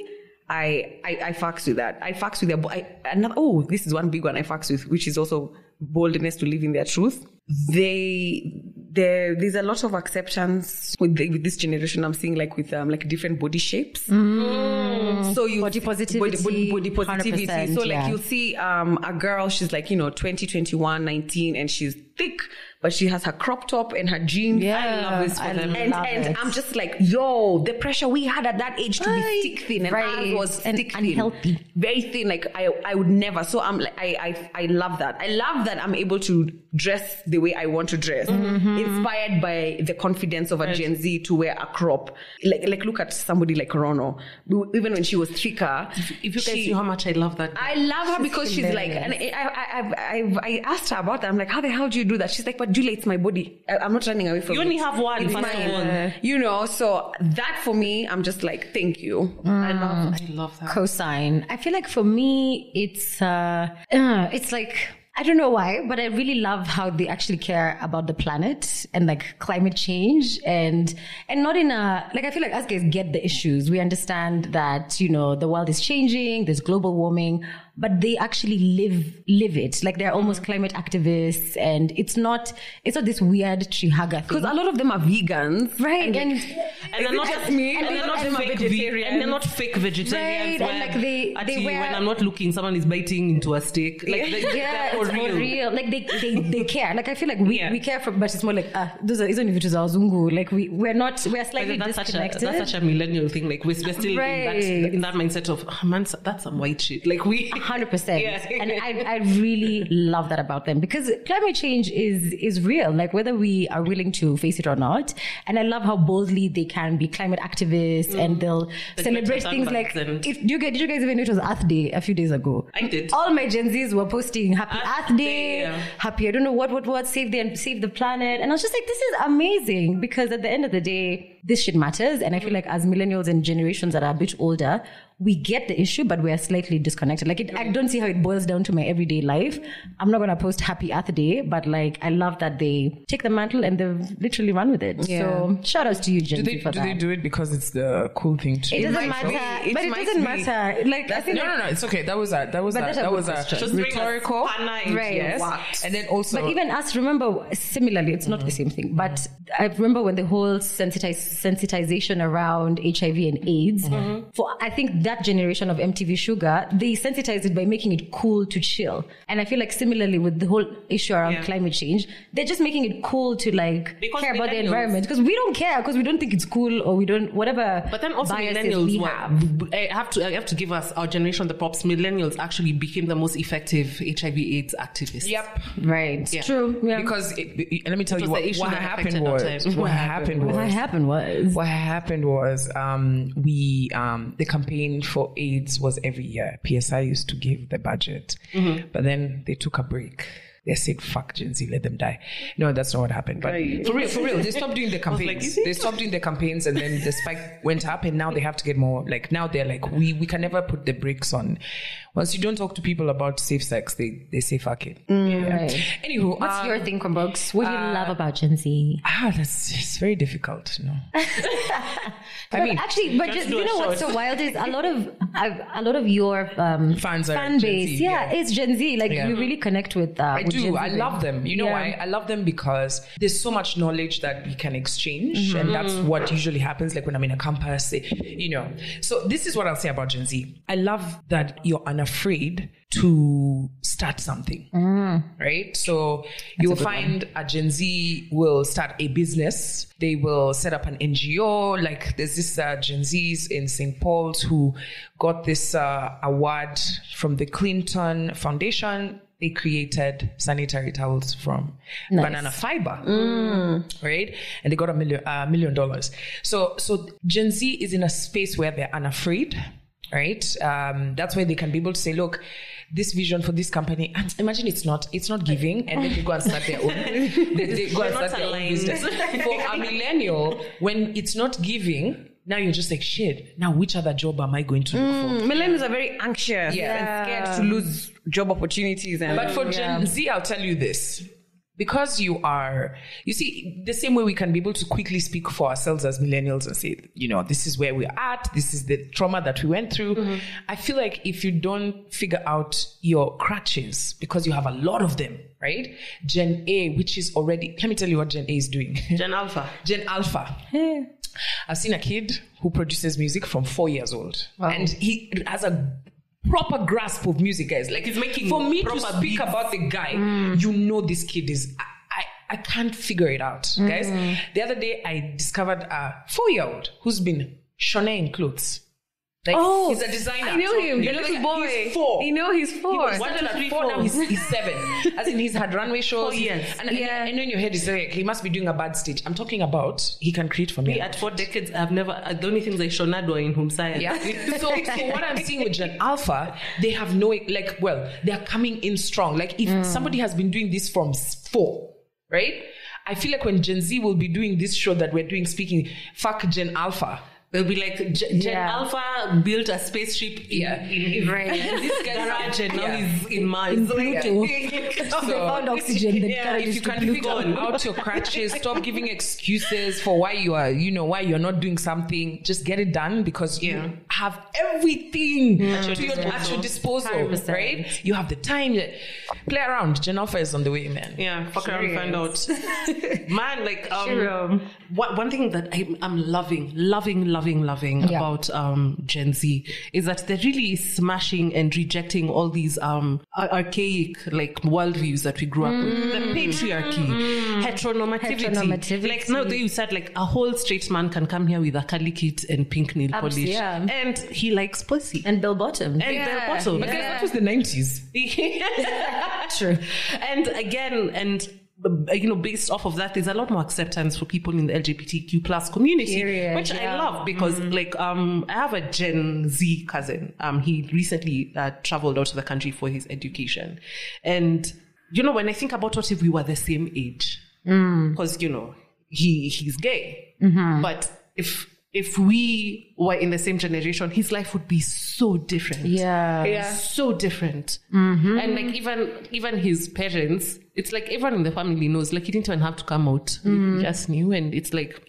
S4: I, I I fucks with that. I fucks with their. bo- I, another, oh, this is one big one I fucks with, which is also boldness to live in their truth. They there there's a lot of acceptance with the, with this generation. I'm seeing like with um like different body shapes. Mm. So
S1: Mm.
S4: you
S1: Body
S4: body, body,
S1: positivity,
S4: body positivity.
S1: 100%,
S4: So like
S1: yeah.
S4: you'll see um a girl, she's like you know 20, 21, 19, and she's thick, but she has her crop top and her jeans.
S1: Yeah,
S4: I love this for
S1: I
S4: them.
S1: love
S4: And and
S1: it.
S4: I'm just like, yo, the pressure we had at that age to
S1: Aye.
S4: be thick thin and
S1: Right.
S4: ours was
S1: And
S4: thick
S1: unhealthy.
S4: thin, very thin. Like I, I would never. So I'm like, I, I, I love that. I love that I'm able to dress the way I want to dress,
S1: Mm-hmm.
S4: inspired by the confidence of a Gen Z to wear a crop. Like, like look at somebody like Rono. Even when she was thicker,
S3: If you guys
S4: she-
S3: knew how much I love that.
S4: I love her because she's like, and I, I, I've, I've, I asked her about that. I'm like, how the hell do you do that? She's like, but Julia, it's my body. I, I'm not running away from
S3: You
S4: it.
S3: only have one,
S4: It's
S3: first of all.
S4: mine. You know, so that for me, I'm just like, thank you. I love
S3: I love that.
S1: Cosine. I feel like for me, it's uh, uh, it's like I don't know why, but I really love how they actually care about the planet and like climate change and and not in a like I feel like us guys get the issues. We understand that you know the world is changing, there's global warming, but they actually live live it. Like they're almost
S3: Mm-hmm.
S1: climate activists, and it's not it's not this weird trihagga
S4: Because
S1: thing.
S4: a lot of them are vegans.
S1: Right, and,
S3: And
S4: Is
S3: they're
S4: it
S3: not
S4: just me?
S3: And,
S4: A
S3: they're
S4: lot
S3: not
S4: of them are
S3: fake
S4: vegetarians.
S3: vegetarians. And they're not fake vegetarians.
S1: Right, and
S3: where
S1: like they-
S3: at
S1: they
S3: you,
S1: wear-
S3: when I'm not looking, someone is biting into a steak. Like they,
S1: yeah,
S3: they're
S1: it's
S3: for real.
S1: Like they, they, they care. Like I feel like we,
S3: Yeah.
S1: we care for, but it's more like ah, those are isn't even our zungu. Like we we're not we're
S3: I
S1: slightly
S3: think that's such, a,
S1: disconnected.
S3: that's such a millennial thing. Like we're, we're still in,
S1: Right.
S3: that, in that mindset of oh, man, that's some white shit. Like we
S1: Hundred percent,
S3: Yeah.
S1: and I, I really love that about them because climate change is is real, like whether we are willing to face it or not. And I love how boldly they can be climate activists,
S3: Mm.
S1: and they'll
S3: Like
S1: celebrate
S3: Greta
S1: things like.
S3: Thunberg and-
S1: If you guys, did you guys even know it was Earth Day a few days ago?
S3: I did.
S1: All my Gen Zs were posting Happy Earth,
S3: Earth
S1: Day,
S3: Day, yeah.
S1: Happy I don't know what what what save the save the planet, and I was just like, this is amazing because at the end of the day, this shit matters, and I feel like as millennials and generations that are a bit older, we get the issue, but we are slightly disconnected. Like it, I don't see how it boils down to my everyday life. I'm not gonna post Happy Earth Day, but like I love that they take the mantle and they've literally run with it. So shout outs to you, Gen
S2: Do they,
S1: Z, for
S2: do
S1: that.
S2: they do it because it's the cool thing to
S1: it
S2: do?
S1: doesn't
S4: might
S1: matter,
S4: be. It
S1: but it
S4: might
S1: doesn't
S4: be.
S1: matter. Like I think
S2: No, no, no. It's okay. That was a that was a,
S1: But that's a
S2: that
S1: good
S2: was a
S1: question.
S3: Just bring a
S2: rhetorical.
S3: spanner into
S1: Right.
S2: Yes.
S4: What?
S2: And then also,
S3: Mm-hmm.
S1: But even us, remember, similarly, it's not the same thing. But I remember when the whole sensitize, sensitization around HIV and AIDS.
S3: Mm-hmm.
S1: For I think that generation of MTV Sugar, they sensitized it by making it cool to chill. And I feel like similarly with the whole issue around climate change, they're just making it cool to like
S3: Because
S1: care about the
S3: millennials-
S1: environment because we don't care because we don't think it's cool or we don't whatever.
S3: But then also
S1: biases
S3: millennials
S1: we
S3: were,
S1: have.
S3: I have to I have to give us our generation the props. Millennials actually became the most effective HIV AIDS activists.
S2: Yep.
S1: Right.
S3: Yeah.
S1: True. Yeah.
S2: Because it, it- let me tell
S3: It was
S2: you what,
S3: the issue
S2: what
S3: that
S2: happened
S3: affected our
S2: was.
S3: time.
S2: What happened
S1: what
S2: was.
S1: happened was
S2: What happened was um, we um, the campaign for AIDS was every year. PSI used to give the budget,
S1: Mm-hmm.
S2: but then they took a break. They said, "Fuck Gen Z, let them die." No, that's not what happened. But
S3: Right.
S2: for real, for real, they stopped doing the campaigns. they stopped doing the campaigns, and then the spike went up, and now they have to get more. Like now they're like, we we can never put the brakes on. Once you don't talk to people about safe sex, they they say fuck it. Yeah.
S1: Mm, right.
S2: Anywho,
S1: What's
S2: um,
S1: your thing, Chromebooks? What do you
S3: uh,
S1: love about Gen Z?
S2: ah, that's it's very difficult. No,
S1: I mean, actually, but just,
S3: do
S1: you
S3: a
S1: know what's so wild is a lot of a, a lot of your um,
S2: Fans are
S1: fan
S2: Gen Z,
S1: base, yeah,
S2: yeah.
S1: it's Gen Z. Like
S2: Yeah.
S1: you really connect with. Uh,
S2: I
S1: with Gen
S2: do.
S1: Z
S2: I love them. You know
S1: Yeah.
S2: why? I love them because there's so much knowledge that we can exchange,
S1: Mm-hmm.
S2: and that's
S1: Mm.
S2: what usually happens. Like when I'm in a campus, eh, you know. So this is what I'll say about Gen Z. I love that you're unafraid to start something, right? So you'll find a Gen Z will start a business. They will set up an NGO. Like there's this uh, Gen Zs in St. Paul's who got this uh, award from the Clinton Foundation they created sanitary towels from banana fiber, right? And they got a million a million dollars. So so Gen Z is in a space where they're unafraid, right? Um, that's why they can be able to say, look. This vision for this company, and imagine it's not it's not giving, and then they go and start their own. They, they go and
S3: We're not
S2: start their own
S3: aligned.
S2: business. For a millennial, when it's not giving, now you're just like shit. Now which other job am I going to look for?
S4: Millennials are very anxious
S2: Yeah.
S4: and scared to lose job opportunities. And
S2: But for Gen Z, I'll tell you this. Because you are, you see, the same way we can be able to quickly speak for ourselves as millennials and say, you know, this is where we're at, this is the trauma that we went through. I feel like if you don't figure out your crutches, because you have a lot of them, right? Gen A, which is already, let me tell you what Gen A is doing.
S3: Gen Alpha.
S2: Gen Alpha. I've seen a kid who produces music from four years old, and he has a proper grasp of music, guys. Like
S3: He's making
S2: for me to
S3: proper
S2: speak about the guy.
S4: Mm.
S2: You know, this kid is. I, I, I can't figure it out,
S4: Mm-hmm.
S2: guys. The other day, I discovered a four-year-old who's been shoneying clothes. Like,
S4: Oh,
S2: he's a designer.
S4: I know him, the
S2: You know,
S4: little
S2: like,
S4: boy.
S2: He's four.
S4: You know, he's four.
S2: He was
S3: One,
S2: started
S3: two,
S2: at
S3: three,
S2: four, Now
S3: four.
S2: he's, he's seven. As in, he's had runway shows.
S3: Four years.
S2: And, and-
S4: Yeah.
S2: and in your head, it's like he must be doing a bad stitch. I'm talking about he can create for me.
S3: Me at four decades, I've never. uh, The only things I shonad were in home science.
S2: Yeah. so, so what I'm seeing with Gen Alpha, they have no like. Well, they are coming in strong. Like if somebody has been doing this from s- four, right? I feel like when Gen Z will be doing this show that we're doing, speaking, fuck Gen Alpha.
S3: They'll be like G- Gen
S1: Yeah.
S3: Alpha built a spaceship in,
S2: Yeah.
S3: in, in this garage, and now
S2: Yeah.
S3: he's in Mars.
S1: They found oxygen. They
S3: Yeah,
S1: got
S3: if
S1: used
S3: you
S1: to
S3: can
S1: Pluto.
S2: figure out your crutches. Stop giving excuses for why you are, you know, why you're not doing something. Just get it done because
S3: Yeah.
S2: you have everything at, your,
S3: your
S2: to your, at your disposal,
S1: 100%.
S2: right? You have the time. Play around. Jen Alpha is on the way, man.
S3: Yeah, fuck around, and find out. Man, like um,
S1: Sure.
S3: one, one thing that I'm, I'm loving, loving, loving, loving
S1: Yeah.
S3: about um, Gen Z is that they're really smashing and rejecting all these um, ar- archaic like worldviews that we grew up with, the patriarchy, heteronormativity.
S1: Mm. Heteronormativity.
S3: Like now, they said like a whole straight man can come here with a curly kit and pink nail
S1: Abs-
S3: polish,
S1: yeah.
S3: and he likes pussy. And-
S1: and bell bottom.
S3: they're bottom.
S2: But guys, that was the 90s.
S1: True.
S3: and again and uh, you know based off of that there's a lot more acceptance for people in the lgbtq plus community
S1: Period,
S3: which i
S1: yeah. Mm-hmm.
S3: love because like um i have a gen z cousin um he recently uh, traveled out of the country for his education and you know when i think about what if we were the same age
S1: Mm-hmm.
S3: because you know he he's gay but if if we were in the same generation his life would be so different
S1: Yeah. Mm-hmm.
S3: so different and like even even his parents it's like everyone in the family knows like he didn't even have to come out
S1: Mm.
S3: he just knew and it's like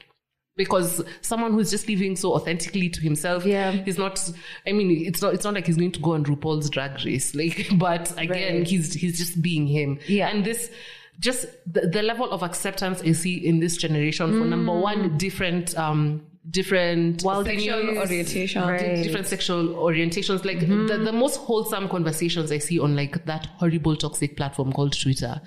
S3: because someone who's just living so authentically to himself
S1: Yeah.
S3: he's not i mean it's not it's not like he's going to go on rupaul's drag race like but again
S1: Right.
S3: he's he's just being him
S1: Yeah.
S3: and this just the, the level of acceptance I see in this generation for number
S1: Mm.
S3: one, different um different
S4: Sexual
S3: opinions,
S4: orientation.
S3: di-
S1: Right. Mm-hmm.
S3: different sexual orientations. Like the, the most wholesome conversations I see on like that horrible toxic platform called Twitter.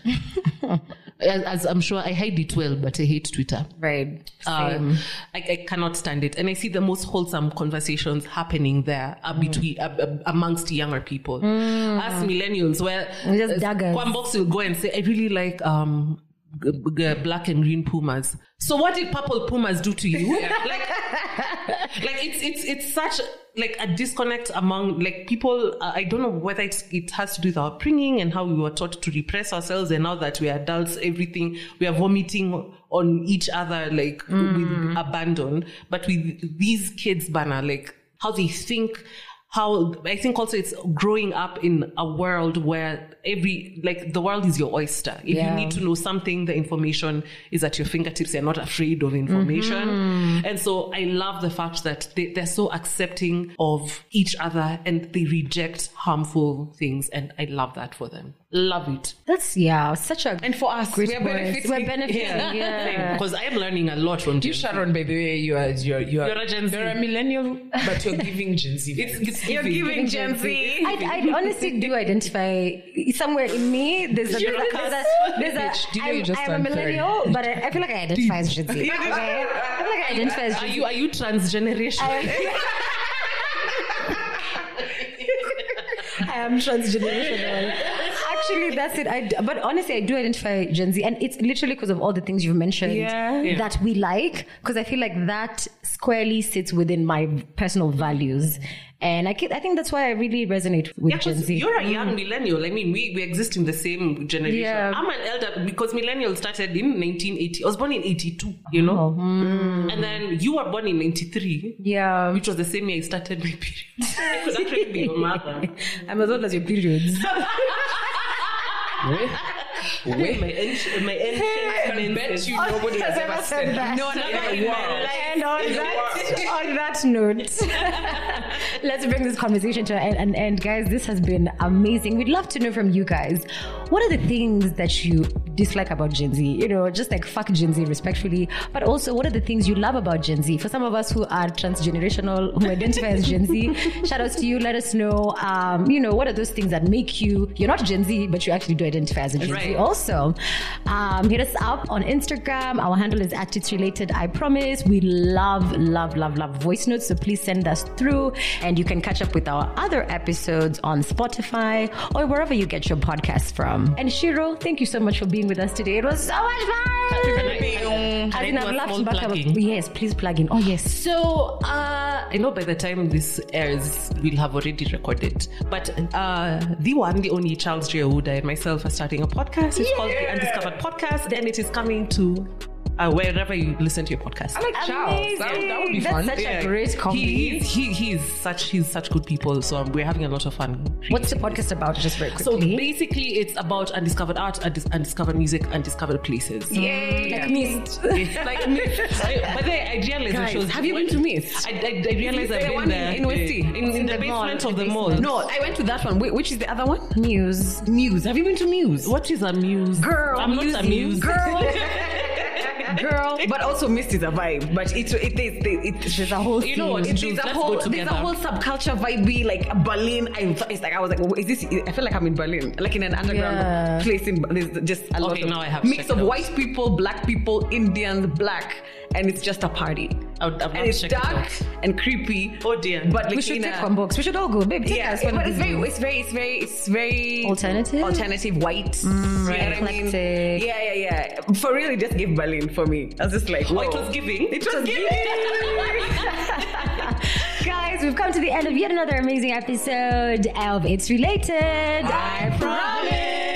S3: as, as I'm sure I hide it well, but I hate Twitter.
S4: Right.
S3: Uh, I, I cannot stand it, and I see the most wholesome conversations happening there uh,
S1: Mm.
S3: between uh, uh, amongst younger people, us millennials, where
S1: We're just daggers.
S3: one box will go and say, "I really like um, g- g- black and green pumas." So what did purple pumas do to you? like, like it's it's it's such like a disconnect among like people. Uh, I don't know whether it's, it has to do with our upbringing and how we were taught to repress ourselves, and now that we are adults, everything we are vomiting on each other like with abandon. But with these kids, banner like how they think. How I think also it's growing up in a world where every like the world is your oyster. If
S1: Yeah.
S3: you need to know something, the information is at your fingertips. They're not afraid of information.
S1: Mm-hmm.
S3: And so I love the fact that they, they're so accepting of each other and they reject harmful things. And I love that for them. Love it.
S1: That's yeah, such a
S2: And for us,
S1: great
S2: we are
S1: voice.
S2: benefiting.
S1: We're benefiting. Yeah.
S3: Because I am learning a lot from
S2: You,
S3: Gen Z.
S2: Sharon, by the way, you are you're you're,
S3: You're a Gen Z.
S2: you're a millennial, but you're giving Gen Z.
S3: It's, it's
S4: You're
S3: giving.
S4: giving Gen Z.
S1: I, I honestly do identify somewhere in me. Theres a
S3: You're a
S1: there's a, there's
S2: Bitch, do
S1: a
S2: you know you
S1: I'm,
S2: just
S1: I'm a
S2: turned
S1: millennial, but I, I feel like I identify as Gen Z. Okay? I feel like I identify as
S3: Are
S1: Gen Z.
S3: you are you transgenerational?
S1: I am transgenerational. Actually, that's it. I, d- but honestly, I do identify Gen Z, and it's literally because of all the things you've mentioned
S4: Yeah.
S3: Yeah.
S1: that we like. Because I feel like that squarely sits within my personal values, and I, ca- I think that's why I really resonate with
S3: Yeah,
S1: Gen
S3: 'cause
S1: Z. Mm.
S3: You're a young millennial. I mean, we, we exist in the same generation.
S1: Yeah.
S3: I'm an elder because millennial started in 1980. I was born in 82, you
S1: Oh,
S3: know?
S1: hmm.
S3: And then you were born in 93,
S1: yeah.
S3: which was the same year I started my period. I could actually be your mother.
S1: I'm as old as your periods.
S3: My ancient, my ancient
S2: I bet
S3: menses.
S2: you nobody has ever said that.
S1: No,
S3: no,
S1: never
S3: no,
S1: in
S3: no.
S1: my life. And on that, on that note, let's bring this conversation to an, an end. Guys, this has been amazing. We'd love to know from you guys what are the things that you dislike about Gen Z? You know, just like fuck Gen Z respectfully, but also what are the things you love about Gen Z? For some of us who are transgenerational, who identify as Gen Z, shout outs to you. Let us know, um, you know, what are those things that make you, you're not Gen Z, but you actually do identify as a Gen Z
S3: Right.
S1: also um, hit us up on instagram our handle is at it's related i promise we love love love love voice notes so please send us through and you can catch up with our other episodes on spotify or wherever you get your podcasts from and shiro thank you so much for being with us today it was so much fun
S3: Can I
S1: As in,
S3: do
S1: I've
S3: a
S1: laughed
S3: small
S1: back up-
S3: plugging?
S1: yes please plug in oh yes
S3: So uh, I know by the time this airs, we'll have already recorded. But uh, the one, the only Charles J. Ouda and myself are starting a podcast. It's called The Undiscovered Podcast, and it is coming to uh, wherever you listen to your podcast.
S2: I like Charles. That, that would be
S1: That's
S2: fun.
S1: such
S2: Yeah.
S1: a great comedy.
S3: He is he, he's such he's such good people. So um, we're having a lot of fun.
S1: What's the podcast about? Just very
S3: So
S1: quickly.
S3: basically, it's about undiscovered art, undis- undiscovered music, undiscovered places.
S4: Yay.
S1: like mist.
S3: It's like Mist. I- But then I realized
S4: Guys,
S3: it was.
S4: have you been to Mist?
S3: I, I, I realized
S4: The
S3: I've
S4: one
S3: been
S4: in-
S3: there.
S4: in West Sea?
S3: In, in,
S1: in
S3: the,
S1: the mall,
S3: basement of
S1: the
S3: the
S1: basement.
S3: mall.
S4: No, I went to that one. Wait, which is the other one?
S1: News.
S4: Muse. Have you been to Muse?
S3: What is amuse?
S4: Girl,
S3: I'm
S4: Muse,
S3: not amused.
S4: Girl, girl. But also, Mist is a vibe. But it's it is it, it,
S1: There's a whole
S3: You know what?
S1: thing.
S4: It-
S3: Jules,
S4: there's a
S3: let's
S4: whole
S3: go
S4: there's a
S3: together.
S4: whole subculture vibey like Berlin. I it's like I was like, oh, is this? I feel like I'm in Berlin, like in an underground
S1: Yeah.
S4: place. In there's just a lot
S3: Okay,
S4: of
S3: now I have
S4: mix
S3: checked
S4: of
S3: out.
S4: white people, black people, Indians, black, and it's just a party.
S3: I would- I would
S4: and it's
S3: check it
S4: dark
S3: out.
S4: and creepy.
S3: Oh, dear.
S4: But like
S1: we should
S4: in
S1: take
S4: a-
S1: one box. We should all go, babe. Take
S4: Yeah,
S1: us one
S4: but
S1: of
S4: it's
S1: these
S4: very,
S1: days.
S4: it's very, it's very, it's very
S1: Alternative? Mm,
S4: alternative white.
S1: right.
S4: You know what I mean?
S1: Eclectic.
S4: Yeah, yeah, yeah. For real, it just gave Berlin for me. I was just like,
S3: Oh, it
S4: whoa.
S3: was giving?
S4: It was giving.
S1: Guys, we've come to the end of yet another amazing episode of It's Related. I, promise.